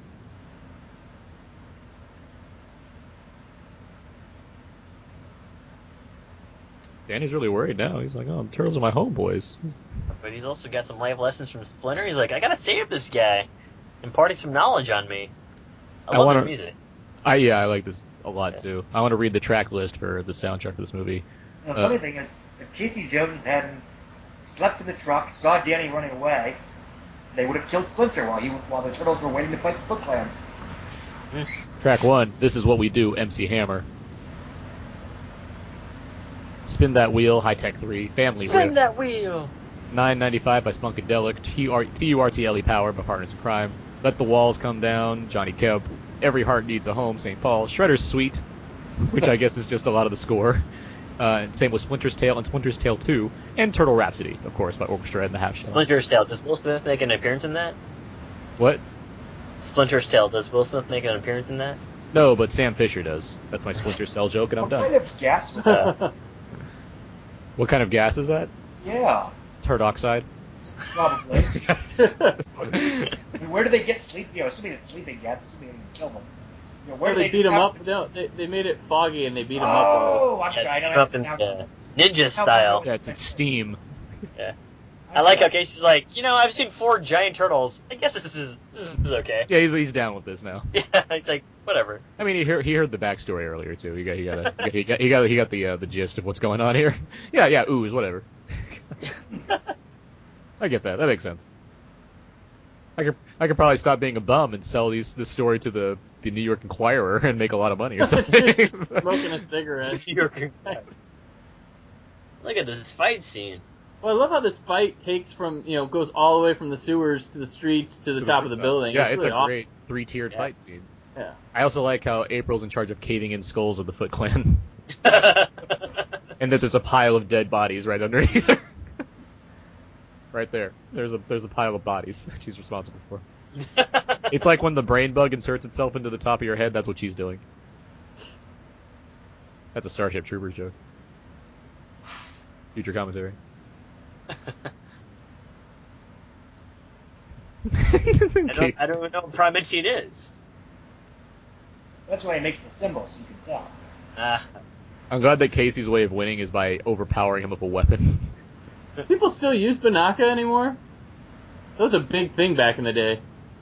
Danny's really worried now. He's like, "Oh, the turtles are my homeboys." He's- But he's also got some life lessons from Splinter. He's like, I gotta save this guy, imparting some knowledge on me. I, I love wanna- his music. I yeah, I like this a lot too. I want to read the track list for the soundtrack of this movie. The Uh, funny thing is, if Casey Jones hadn't slept in the truck, saw Danny running away, they would have killed Splinter while he while the turtles were waiting to fight the Foot Clan. Track one, this is what we do, MC Hammer. Spin that wheel, high tech three, family Spin Rip. that wheel. Nine ninety five by Spunkadelic, T U R T L E Power by Partners in Crime. Let the walls come down, Johnny Kemp. Every heart needs a home, St. Paul. Shredder's Suite, which I guess is just a lot of the score. Uh, and same with Splinter's Tale and Splinter's Tale Two, and Turtle Rhapsody, of course, by Orchestra and the Half Shell. Splinter's Tale. Does Will Smith make an appearance in that? What? Splinter's Tale. Does Will Smith make an appearance in that? No, but Sam Fisher does. That's my Splinter Cell joke, and I'm what done. kind of gas was that? What kind of gas is that? yeah, Turdoxide. probably. I I mean, where do they get sleep? You know, assuming it's sleeping gas, assuming they can kill them. You know, where No, do they beat just him have- up. No, they, they made it foggy and they beat him up. Oh, I'm Yeah, sorry, I don't up have the in- sound. yeah. on this. Ninja style. Yeah, it's it's steam. I like how Casey's like, you know, I've seen four giant turtles. I guess this is this is okay. Yeah, he's, he's down with this now. Yeah, he's like, whatever. I mean, he heard he heard the backstory earlier too. He got he got a, he got he got, he got the uh, the gist of what's going on here. yeah, yeah, ooze, whatever. I get that. That makes sense. I could I could probably stop being a bum and sell these this story to the the New York Enquirer and make a lot of money or something. Just smoking a cigarette. You're correct. Look at this fight scene. Well, I love how this fight takes from you know goes all the way from the sewers to the streets to the top of the building. uh, Yeah, it's, it's, really a awesome. great three tiered Yeah. fight scene. Yeah. I also like how April's in charge of caving in skulls of the Foot Clan, and that there's a pile of dead bodies right underneath her. right there. There's a there's a pile of bodies that she's responsible for. It's like when the brain bug inserts itself into the top of your head. That's what she's doing. That's a Starship Troopers joke. Future commentary. I don't, I don't know what Primatine is. That's why he makes the symbol, so you can tell. Ah, I'm glad that Casey's way of winning is by overpowering him with a weapon. People still use Banaka anymore. That was a big thing back in the day.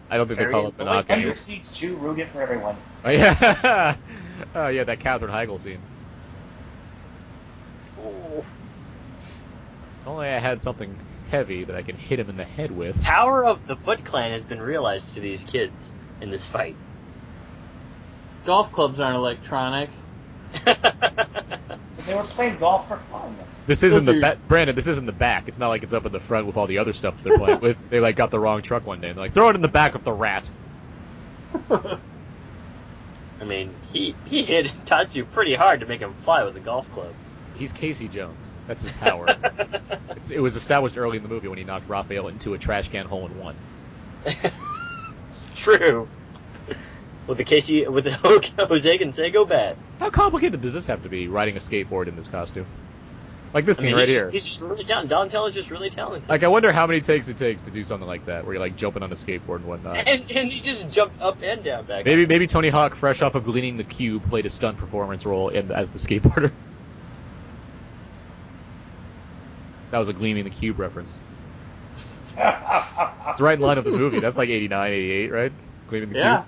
I don't think they Harry call and it the Lloyd, knock Okay. Under Siege 2, ruined it for everyone. Oh, yeah. oh, yeah, that Catherine Heigl scene. ooh. If only I had something heavy that I can hit him in the head with. power of the Foot Clan has been realized to these kids in this fight. Golf clubs aren't electronics. But they were playing golf for fun. This isn't the Those are- ba- Brandon. This isn't the back. It's not like it's up in the front with all the other stuff they're playing with. They like got the wrong truck one day. And they're like, throw it in the back of the rat. I mean, he he hit Tatsu pretty hard to make him fly with a golf club. He's Casey Jones. That's his power. it's, it was established early in the movie when he knocked Raphael into a trash can hole in one. True. With the Casey, with the Jose Canseco bat. How complicated does this have to be riding a skateboard in this costume? Like this I scene mean, right he's, here. He's just really talented. Don Tell is just really talented. Like I wonder how many takes it takes to do something like that, where you're like jumping on a skateboard and whatnot. and, and he just jumped up and down back. Maybe maybe Tony Hawk, fresh off of gleaning the cube, played a stunt performance role in, as the skateboarder. That was a gleaming the cube reference. It's right in line with this movie. That's like 89, 88, right? Gleaming the Yeah.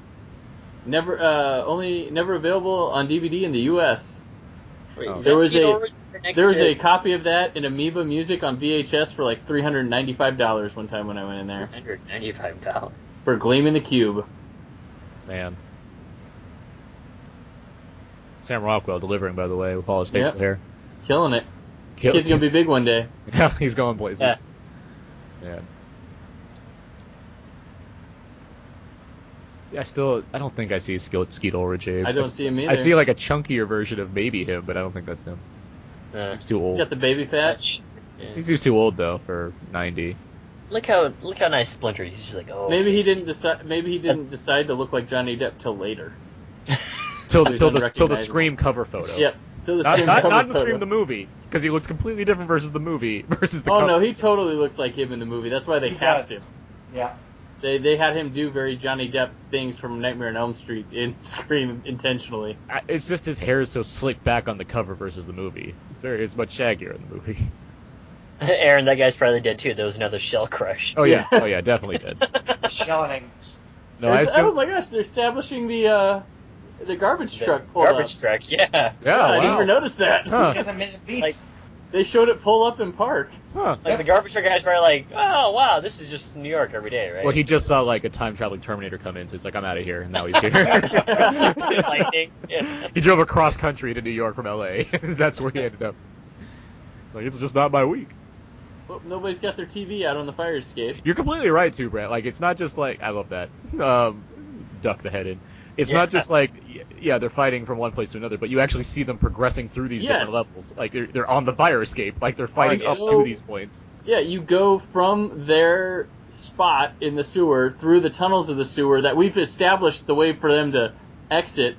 Never, uh, only never available on DVD in the U.S. Wait, Oh. is There that was Skeet a- Ulrich next There was to- a copy of that in Amoeba Music on VHS for like three hundred ninety-five dollars one time when I went in there $195. for Gleaming the Cube. cube. Man. Sam Rockwell delivering, by the way, with all his Yep. facial hair. Killing it. Kill- Kid's gonna be big one day. Yeah, he's going places. Yeah. Yeah. Yeah, I still, I don't think I see Skeet, Skeet Ulrich. Abe. I don't s- see him I either. see like a chunkier version of maybe him, but I don't think that's him. Uh, He's too old. Got the baby fat. yeah. He seems too old though for ninety. Look how look how nice Splinter. is. He's just like, oh. Maybe he Casey. didn't decide. Maybe he didn't decide to look like Johnny Depp till later. Till He's till the till the unrecognizable. Scream cover photo. Yep. They're the Not, same not, not in color. Scream the movie, because he looks completely different versus the movie versus the. Oh cover. no, he totally looks like him in the movie. That's why they He cast does. him. Yeah. They they had him do very Johnny Depp things from Nightmare on Elm Street in Scream intentionally. I- It's just his hair is so slicked back on the cover versus the movie. It's very, it's much shaggier in the movie. Aaron, that guy's probably dead too. There was another shell crush. Oh yeah, Yes. oh yeah, definitely did. Shelling. No, I It's- oh assume. my gosh, they're establishing the uh, the garbage The truck pull garbage up. truck. Yeah. Yeah, I Oh, wow. never noticed that. Huh. Because of Mission Beach. Like- They showed it pull up and park. Huh. Like the garbage truck guy's probably like, oh wow, this is just New York every day, right? Well, he just saw like a time traveling Terminator come in, so he's like, I'm out of here, and now he's here. Lightning. Yeah. he drove across country to New York from L.A. That's where he ended up. It's Like it's just not my week. Well, Oh, nobody's got their TV out on the fire escape. You're completely right too, Brett. Like it's not just like I love that. Um, duck the head in. It's not Yeah. just like y- yeah, they're fighting from one place to another, but you actually see them progressing through these Yes. different levels. Like they're they're on the fire escape, like they're fighting Like, up oh. to these points. Yeah, you go from their spot in the sewer through the tunnels of the sewer that we've established the way for them to exit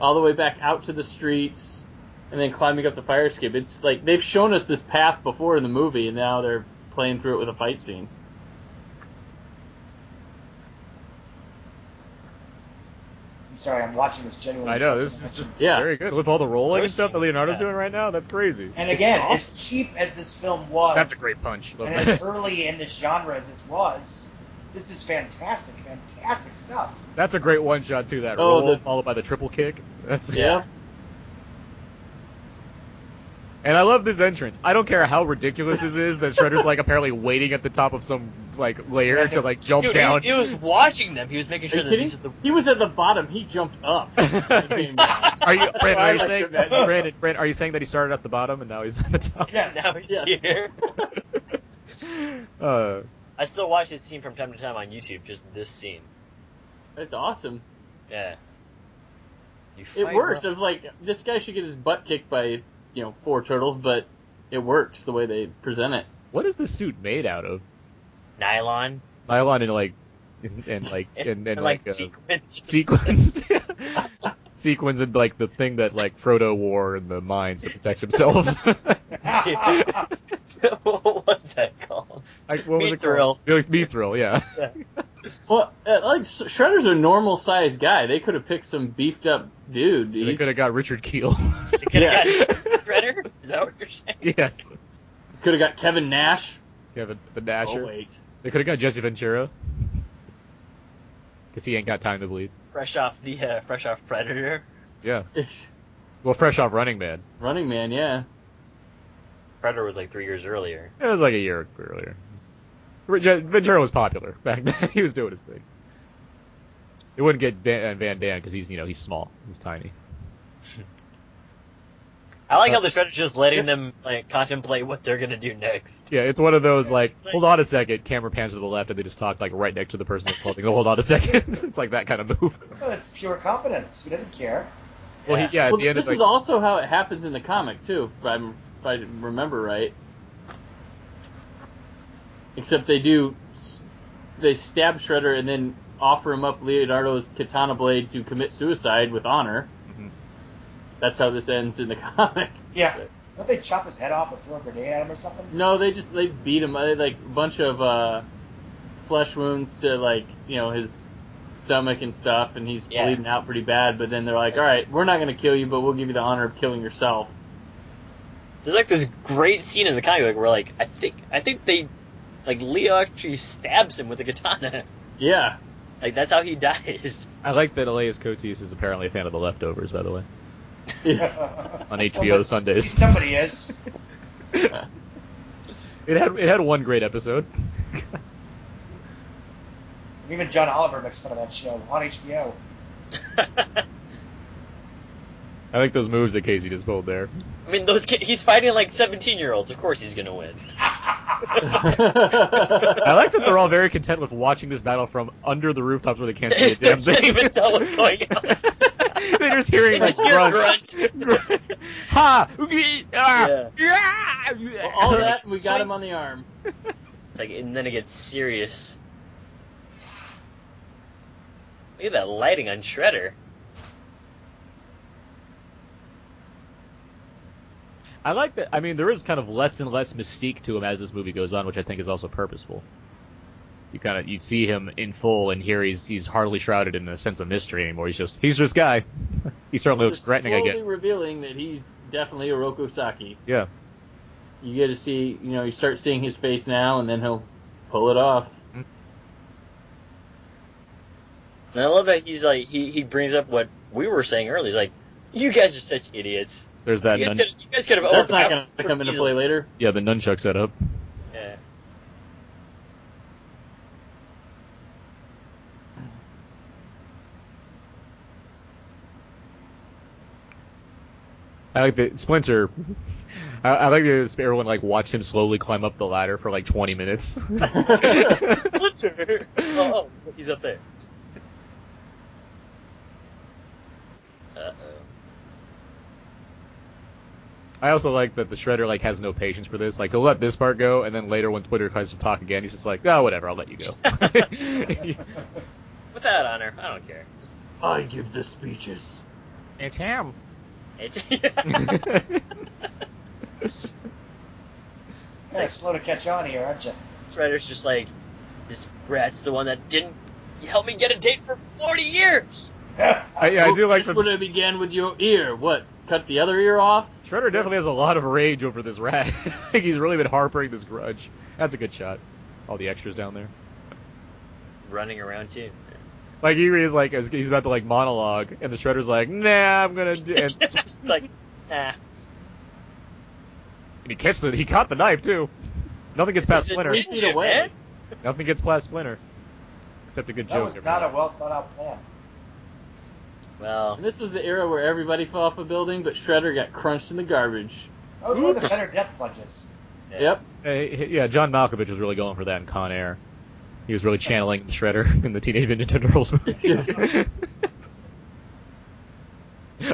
all the way back out to the streets and then climbing up the fire escape. It's like they've shown us this path before in the movie and now they're playing through it with a fight scene. I'm sorry, I'm watching this genuinely. I know this is just Yes. very good with all the rolling and stuff that Leonardo's Yeah. doing right now. That's crazy. And again, as cheap as this film was, That's a great punch. Love and that. as early in this genre as this was, this is fantastic, fantastic stuff. That's a great one shot too. That Oh, roll the- followed by the triple kick. That's Yeah. And I love this entrance. I don't care how ridiculous this is that Shredder's like apparently waiting at the top of some like layer to like jump Dude, down. He, he was watching them. He was making Are sure you that kidding? these are the. He was at the bottom, he jumped up. He's- are you, Brent, I are you like saying, to imagine. Brent, Brent, are you saying that he started at the bottom and now he's at the top? Yes. Now he's Yeah. here. Uh, I still watch this scene from time to time on YouTube. Just this scene. That's awesome. Yeah. You It fight works. I well. was like, this guy should get his butt kicked by, you know, four turtles, but it works the way they present it. what is this suit made out of? Nylon Nylon and like, and, and like, and, and, like, uh, sequins. sequins. sequins and like the thing that like Frodo wore in the mines to protect himself. what was that called? like, what was it Mithril. called? Like, Mithril, yeah. Well, uh, like S- Shredder's a normal sized guy. They could have picked some beefed up dude. They He's- could have got Richard Keel. Could Yeah. have Shredder? Is that what you're saying? yes. coulda got Kevin Nash. Kevin the Oh Dasher. wait, they could have got Jesse Ventura. Because he ain't got time to bleed. Fresh off the uh, fresh off Predator. Yeah. It's Well, fresh off Running Man. Running Man. Yeah, Predator was like three years earlier. It was like a year earlier. Rich- Ventura was popular back then. he was doing his thing. It wouldn't get Van, Van Damme because he's, you know, he's small. He's tiny. I like how the Shredder's just letting them like contemplate what they're gonna do next. Yeah, it's one of those like, hold on a second, camera pans to the left, and they just talk like right next to the person that's holding. Hold on a second, it's like that kind of move. Well, Oh, it's pure competence. He doesn't care. Well, he, yeah, at well, the end this it's is like, also how it happens in the comic too, if, I'm, if I remember right. Except they do, s- they stab Shredder and then offer him up Leonardo's katana blade to commit suicide with honor. Mhm. That's how this ends in the comics. Yeah. Don't they chop his head off or throw a grenade at him or something? No, they just they beat him. They like a bunch of uh, flesh wounds to like you know his stomach and stuff, and he's Yeah. bleeding out pretty bad. But then they're like, "All right, we're not gonna kill you, but we'll give you the honor of killing yourself." There's like this great scene in the comic book where like I think I think they like Leo actually stabs him with a katana. Yeah, Like that's how he dies. I like that Elias Cotis is apparently a fan of The Leftovers, by the way, It's- on HBO Sundays. Somebody is. It had it had one great episode. Even John Oliver makes fun of that show on HBO. I like those moves that Casey just pulled there. I mean, those kids, he's fighting like 17 year olds. Of course he's gonna win. I like that they're all very content with watching this battle from under the rooftops where they can't see a they damn can't thing. even tell what's going on. They're just hearing They like just hear a grunts. ha! Yeah. Ah! all that and we got Sweet. him on the arm. It's like, and then it gets serious. Look at that lighting on Shredder. I like that. I mean, there is kind of less and less mystique to him as this movie goes on, which I think is also purposeful. You kind of you see him in full, and here he's he's hardly shrouded in a sense of mystery anymore. He's just he's just guy. he certainly looks Just threatening. I slowly guess. revealing that he's definitely a Rokosaki. Yeah. You get to see, you know, you start seeing his face now, and then he'll pull it off. And I love that he's like he, he brings up what we were saying earlier. He's like, you guys are such idiots. There's that. You guys, Nun- could, you guys could have That's not overpowered going to come into easily." play later. yeah, the nunchuck setup. Yeah. I like the Splinter. I, I like that everyone like watched him slowly climb up the ladder for like 20 minutes. Splinter. Oh, oh, he's up there. Uh oh. I also like that the Shredder like has no patience for this. Like he'll let this part go, and then later when Twitter tries to talk again, he's just like, "Oh, whatever, I'll let you go." With that honor, I don't care. I give the speeches. it's him. It's Kind of slow to catch on here, aren't you? Shredder's just like this brat's the one that didn't help me get a date for forty years. I, yeah, I do like that. This would have began with your ear. What? Cut the other ear off? Shredder definitely has a lot of rage over this rat. like he's really been harboring this grudge. That's a good shot. All the extras down there. Running around too. Like Eerie is like is- he's about to like monologue, and the Shredder's like, "Nah, I'm gonna." Do, and, and Just like, nah. he catches the he caught the knife too. Nothing gets past This is a Splinter. Three ninja, feet away. man. Nothing gets past Splinter. Except a good That joke. was every not now a well thought out plan. Well, And this was the era where everybody fell off a building, but Shredder got crunched in the garbage. That was one of the better death plunges. yeah. Yep. Uh, yeah, John Malkovich was really going for that in Con Air. He was really channeling the Shredder in the Teenage Mutant Ninja Turtles movie. Yes.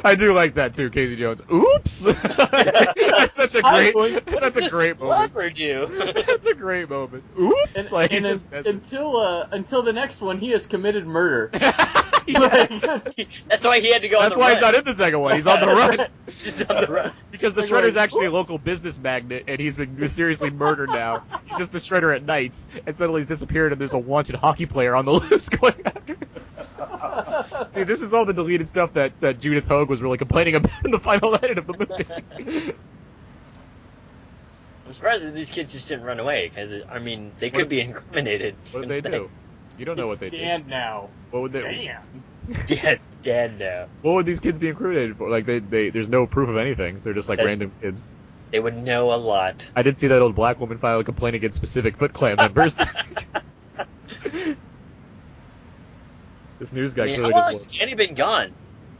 I do like that too, Casey Jones. Oops, that's such a I'm great. going- What that's does a this great moment. leopard do? That's a great moment. Oops, And, like he and just un- says it. until uh, until the next one, he has committed murder. That's why he had to go. That's on the why run. he's not in the second one. He's on the run Just on the run. because the Like, Shredder's like, actually a oops. local business magnet, and he's been mysteriously murdered now. He's just the Shredder at nights, and suddenly he's disappeared, and there's a wanted hockey player on the loose going after. him. See, this is all the deleted stuff that, that Judith Hogue was really complaining about in the final edit of the movie. I'm surprised that these kids just didn't run away because I mean they could be incriminated. what did they do? You don't know what they did. Stand now. What would they? Damn. Dead, dead now. What would these kids be incriminated for? Like they, they there's no proof of anything. They're just like That's- random kids. They would know a lot. I did see that old black woman file a complaint against specific Foot Clan members. this news guy I mean, how clearly long has just Danny been gone? worked,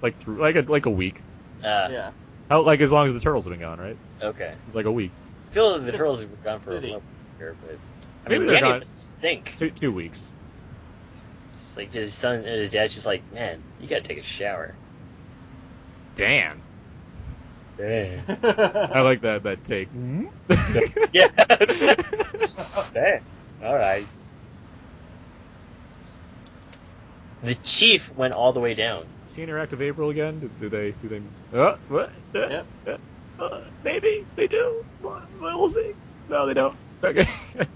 like through, like a, like a week. Uh, Yeah. How like as long as the turtles have been gone, right? Okay. It's like a week, I feel that the turtles were gone for a City. little longer, but I Maybe mean they're Danny gone. must stink. two two weeks. It's like his son and his dad's just like, man, you gotta take a shower. Damn. Dang. I like that that take. Hmm? yeah. Dang. All right. The chief went all the way down. She interact with April again? Do, do they? Do they? Uh, what? Uh, Yep. uh, uh, maybe they do. Well, We'll see. No, they don't. Okay.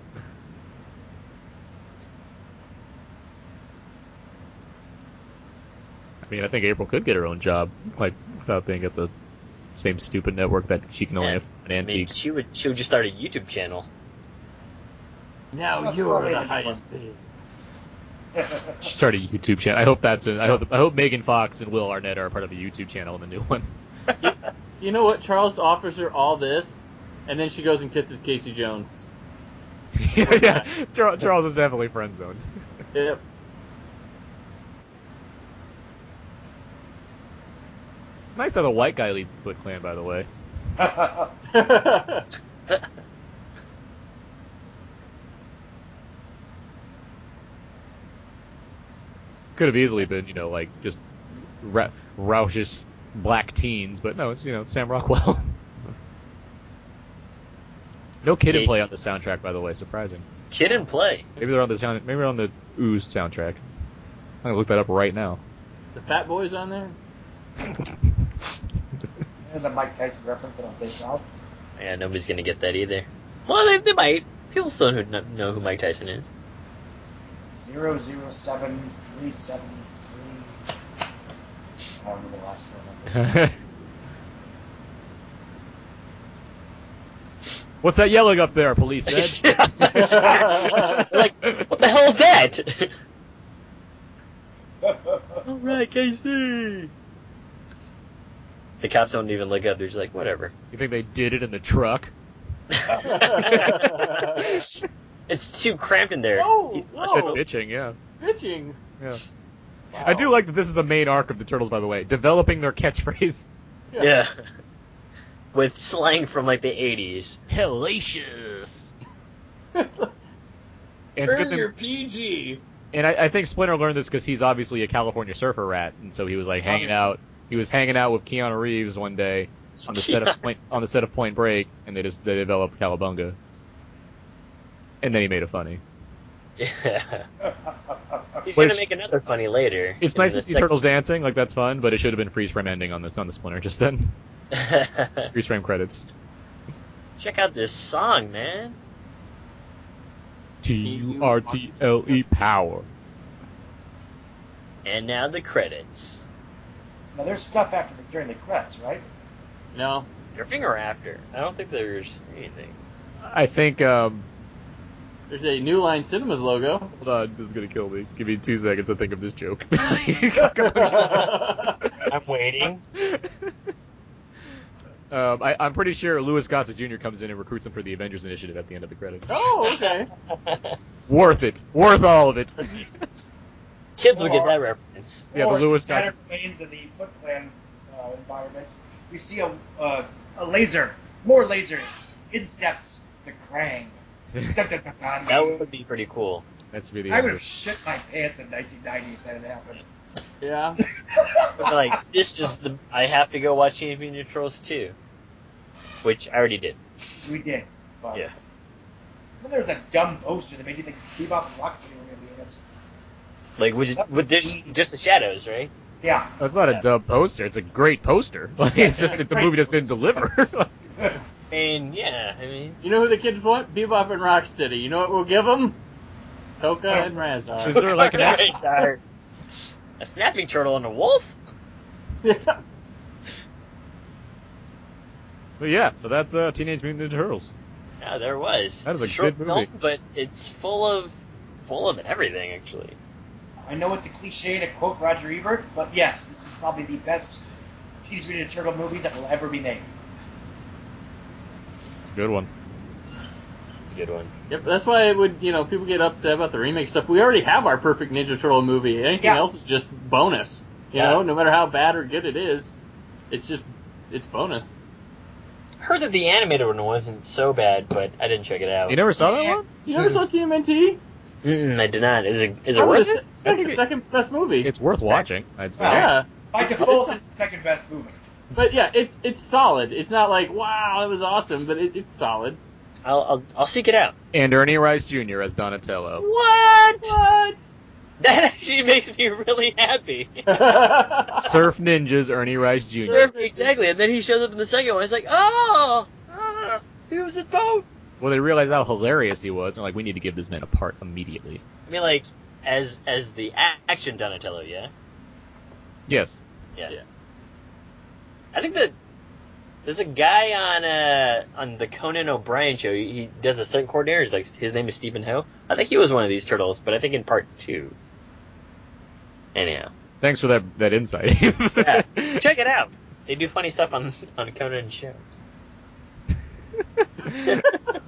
I mean, I think April could get her own job, like without being at the same stupid network that she can only Yeah. have an I mean, antique. she would she would just start a YouTube channel. Now That's you are probably the the highest bid. She started a YouTube channel. I hope that's. A, I hope. I hope Megan Fox and Will Arnett are a part of a YouTube channel in the new one. You know what? Charles offers her all this, and then she goes and kisses Casey Jones. yeah, Charles, Charles is definitely friend zoned. Yep. It's nice how the white guy leads the Foot Clan, by the way. Could have easily been, you know, like just ra- raucous black teens, but no, it's you know Sam Rockwell. no kid in play on the soundtrack, by the way. Surprising. Kid and play. Maybe they're on the sound- maybe they're on the Ooze soundtrack. I'm gonna look that up right now. the Fat Boy's on there. There's a Mike Tyson reference that I'm thinking of. Yeah, nobody's gonna get that either. Well, they, they might. People still kn- know who Mike Tyson is. Zero zero seven three seven three. I don't remember the last one. What's that yelling up there, police said? like, what the hell is that? All right, KC. The cops don't even look up. They're just like, whatever. you think they did it in the truck? It's too cramped in there. Oh, He's- whoa. I said bitching, yeah. Bitching. Yeah. I do like that this is a main arc of the Turtles, by the way. Developing their catchphrase. Yeah. With slang from like the 80s. Hellacious. and, it's good Earn that- your PG. and I, I think Splinter learned this because he's obviously a California surfer rat, and so he was like hanging out. Obviously. He was hanging out with Keanu Reeves one day on the set of Point on the set of Point Break, and they just they developed Calabunga. And then he made it funny. Yeah. He's Which- gonna make another funny later. It's in nice the to see sec- turtles dancing, like that's fun, but it should have been freeze frame ending on the on the Splinter just then. freeze frame credits. Check out this song, man. T U R T L E power. And now the credits. Now there's stuff after the, during the credits, right? No. During or after? I don't think there's anything. I think um, There's a New Line Cinemas logo. Hold on, this is gonna kill me. Give me two seconds to think of this joke. I'm waiting. um, I, I'm pretty sure Louis Gossett Jr. comes in and recruits him for the Avengers Initiative at the end of the credits. oh, okay. Worth it. Worth all of it. Kids will get that reference. Yeah, the Or Lewis kind Gossett. of remain to the Foot Clan uh, environments. We see a, uh, a laser, more lasers. In steps the Krang. Dun, dun, dun, dun. That would be pretty cool. That's really. I would have shit my pants in 1990 if that had happened. Yeah. But like, this is the I have to go watch Teenage Mutant Ninja Turtles 2, which I already did. We did. But Yeah. Then there was that dumb poster that made you think Bebop and Rocksteady were going to be in it. Like, with, with this, just the shadows, right? Yeah. That's not a dub poster. It's a great poster. Like, it's just that the movie just didn't deliver. I mean, yeah, I mean, You know who the kids want? Bebop and Rocksteady. You know what we'll give them? Toka and Razar. Is there like an act- Sorry. a snapping turtle and a wolf? Yeah. But yeah, so that's uh, Teenage Mutant Ninja Turtles. Yeah, there was. That is It's a short good movie. film, but it's full of full of everything actually. I know it's a cliche to quote Roger Ebert, but yes, this is probably the best Teenage Mutant Ninja Turtle movie that will ever be made. It's a good one. It's a good one. Yep, that's why it would, you know, people get upset about the remake stuff. We already have our perfect Ninja Turtle movie. Anything Yeah. else is just bonus. You Yeah. know, no matter how bad or good it is, it's just, it's bonus. I heard that the animated one wasn't so bad, but I didn't check it out. You never saw that one? You Hmm. never saw TMNT? Mm-mm, I did not. Is it Oh, is it Probably worth the it? se- second, second best movie. It's worth watching. I'd say. Well, yeah. By default, it's the second best movie. But yeah, it's it's solid. It's not like, wow, it was awesome, but it, it's solid. I'll, I'll I'll seek it out. And Ernie Rice Jr. as Donatello. What? That actually makes me really happy. Surf ninjas Ernie Rice Jr. Sir, exactly, and then he shows up in the second one. It's like, oh, ah, he was in both. Well, they realized how hilarious he was, and like, we need to give this man a part immediately. I mean, like as as the a- action Donatello, yeah. Yes. Yeah. Yeah. I think that there's a guy on uh, on the Conan O'Brien show. He, he does a stunt coordinator. He's like his name is Stephen Ho. I think he was one of these turtles, but I think in part two. Anyhow, Thanks for that that insight. yeah, check it out. They do funny stuff on on Conan's show.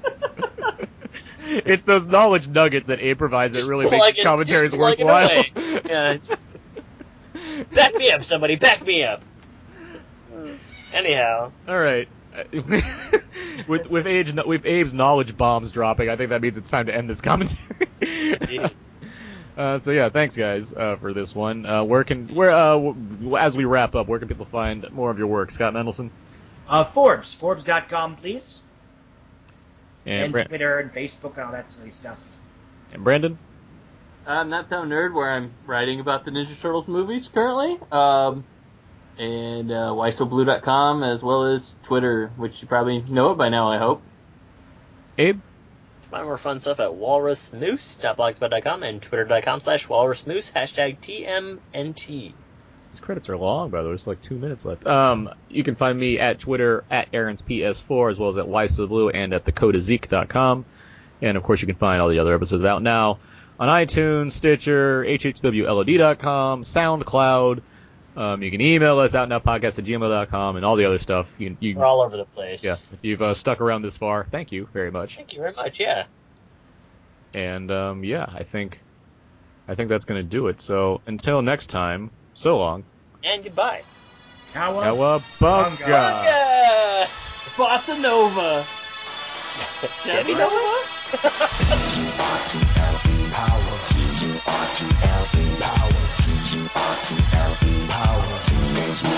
it's those knowledge nuggets that Abe provides that really Plug makes his it- commentaries just plug it worthwhile. away. Yeah, just- back me up, somebody. Back me up. Anyhow, All right. with with age with Abe's knowledge bombs dropping, I think that means it's time to end this commentary. uh, so yeah, thanks guys uh, for this one. Uh, where can where uh, w- as we wrap up, where can people find more of your work, Scott Mendelson Uh, Forbes, Forbes.com, please. and, And Bra- Twitter and Facebook and all that silly stuff. and Brandon? I'm Not Town Nerd, where I'm writing about the Ninja Turtles movies currently. Um, and uh, whysoblue.com, as well as Twitter, which you probably know it by now, I hope. Abe? Find more fun stuff at walrusmoose.blogspot.com and twitter.com slash walrusmoose, hashtag TMNT. These credits are long, by the way. There's like two minutes left. Um, you can find me at Twitter at Aaron's PS4 as well as at YSoBlue and at thecodazeek.com. And of course, you can find all the other episodes out now on iTunes, Stitcher, HHWLOD.com, SoundCloud. Um, you can email us out now podcast at gmail.com and all the other stuff. You, you, We're all over the place. yeah, if you've uh, stuck around this far, thank you very much. Thank you very much, yeah. And um, yeah, I think I think that's gonna do it. So until next time, so long. And goodbye. Cowabunga. Cowabunga. Yeah. Bossa Nova! Debbie Nova?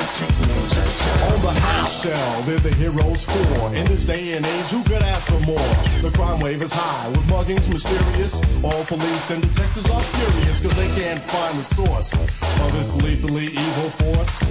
On the high shell, they're the heroes for. In this day and age, who could ask for more? The crime wave is high, with muggings mysterious. All police and detectives are furious, cause they can't find the source of this lethally evil force.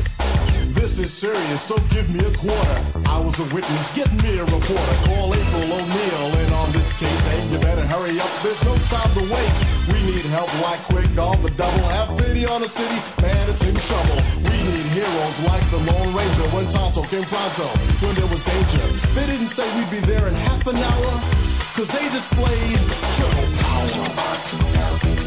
This is serious, so give me a quarter. I was a witness, get me a reporter. Call April O'Neil in on this case. Hey, you better hurry up, there's no time to waste. We need help like quick, all the double. Have pity on the city, man, it's in trouble. We need heroes like the Lone Ranger when Tonto came pronto, when there was danger. They didn't say we'd be there in half an hour, cause they displayed triple power.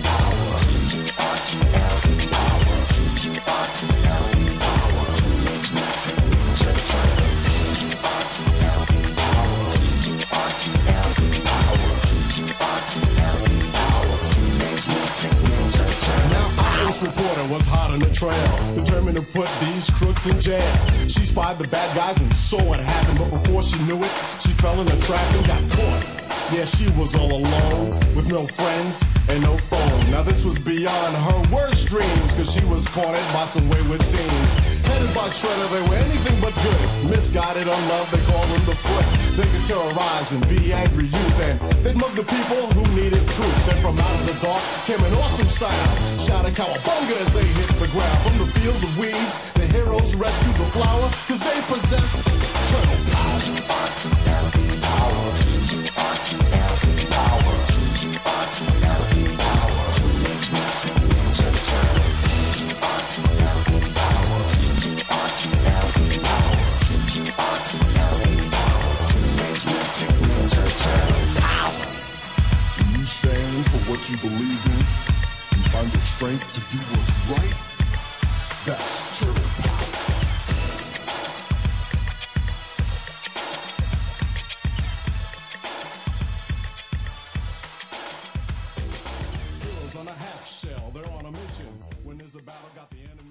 Now, our ace reporter was hot on the trail, determined to put these crooks in jail. She spied the bad guys and saw what happened, but before she knew it, she fell in a trap and got caught. Yeah, she was all alone, with no friends and no phone. Now, this was beyond her worst dreams, cause she was cornered by some wayward teens. Headed by Shredder, they were anything but good. Misguided on love, they called them the foot. They could terrorize and be angry youth, and they'd mug the people who needed proof. Then from out of the dark came an awesome sound. Shouted cowabunga as they hit the ground. From the field of weeds, the heroes rescued the flower, cause they possessed turtle power. You stand for what you believe in. You find the strength to do what's right. That's turtle power. Heroes on a half shell, they're on a mission. When there's a battle, got the enemy.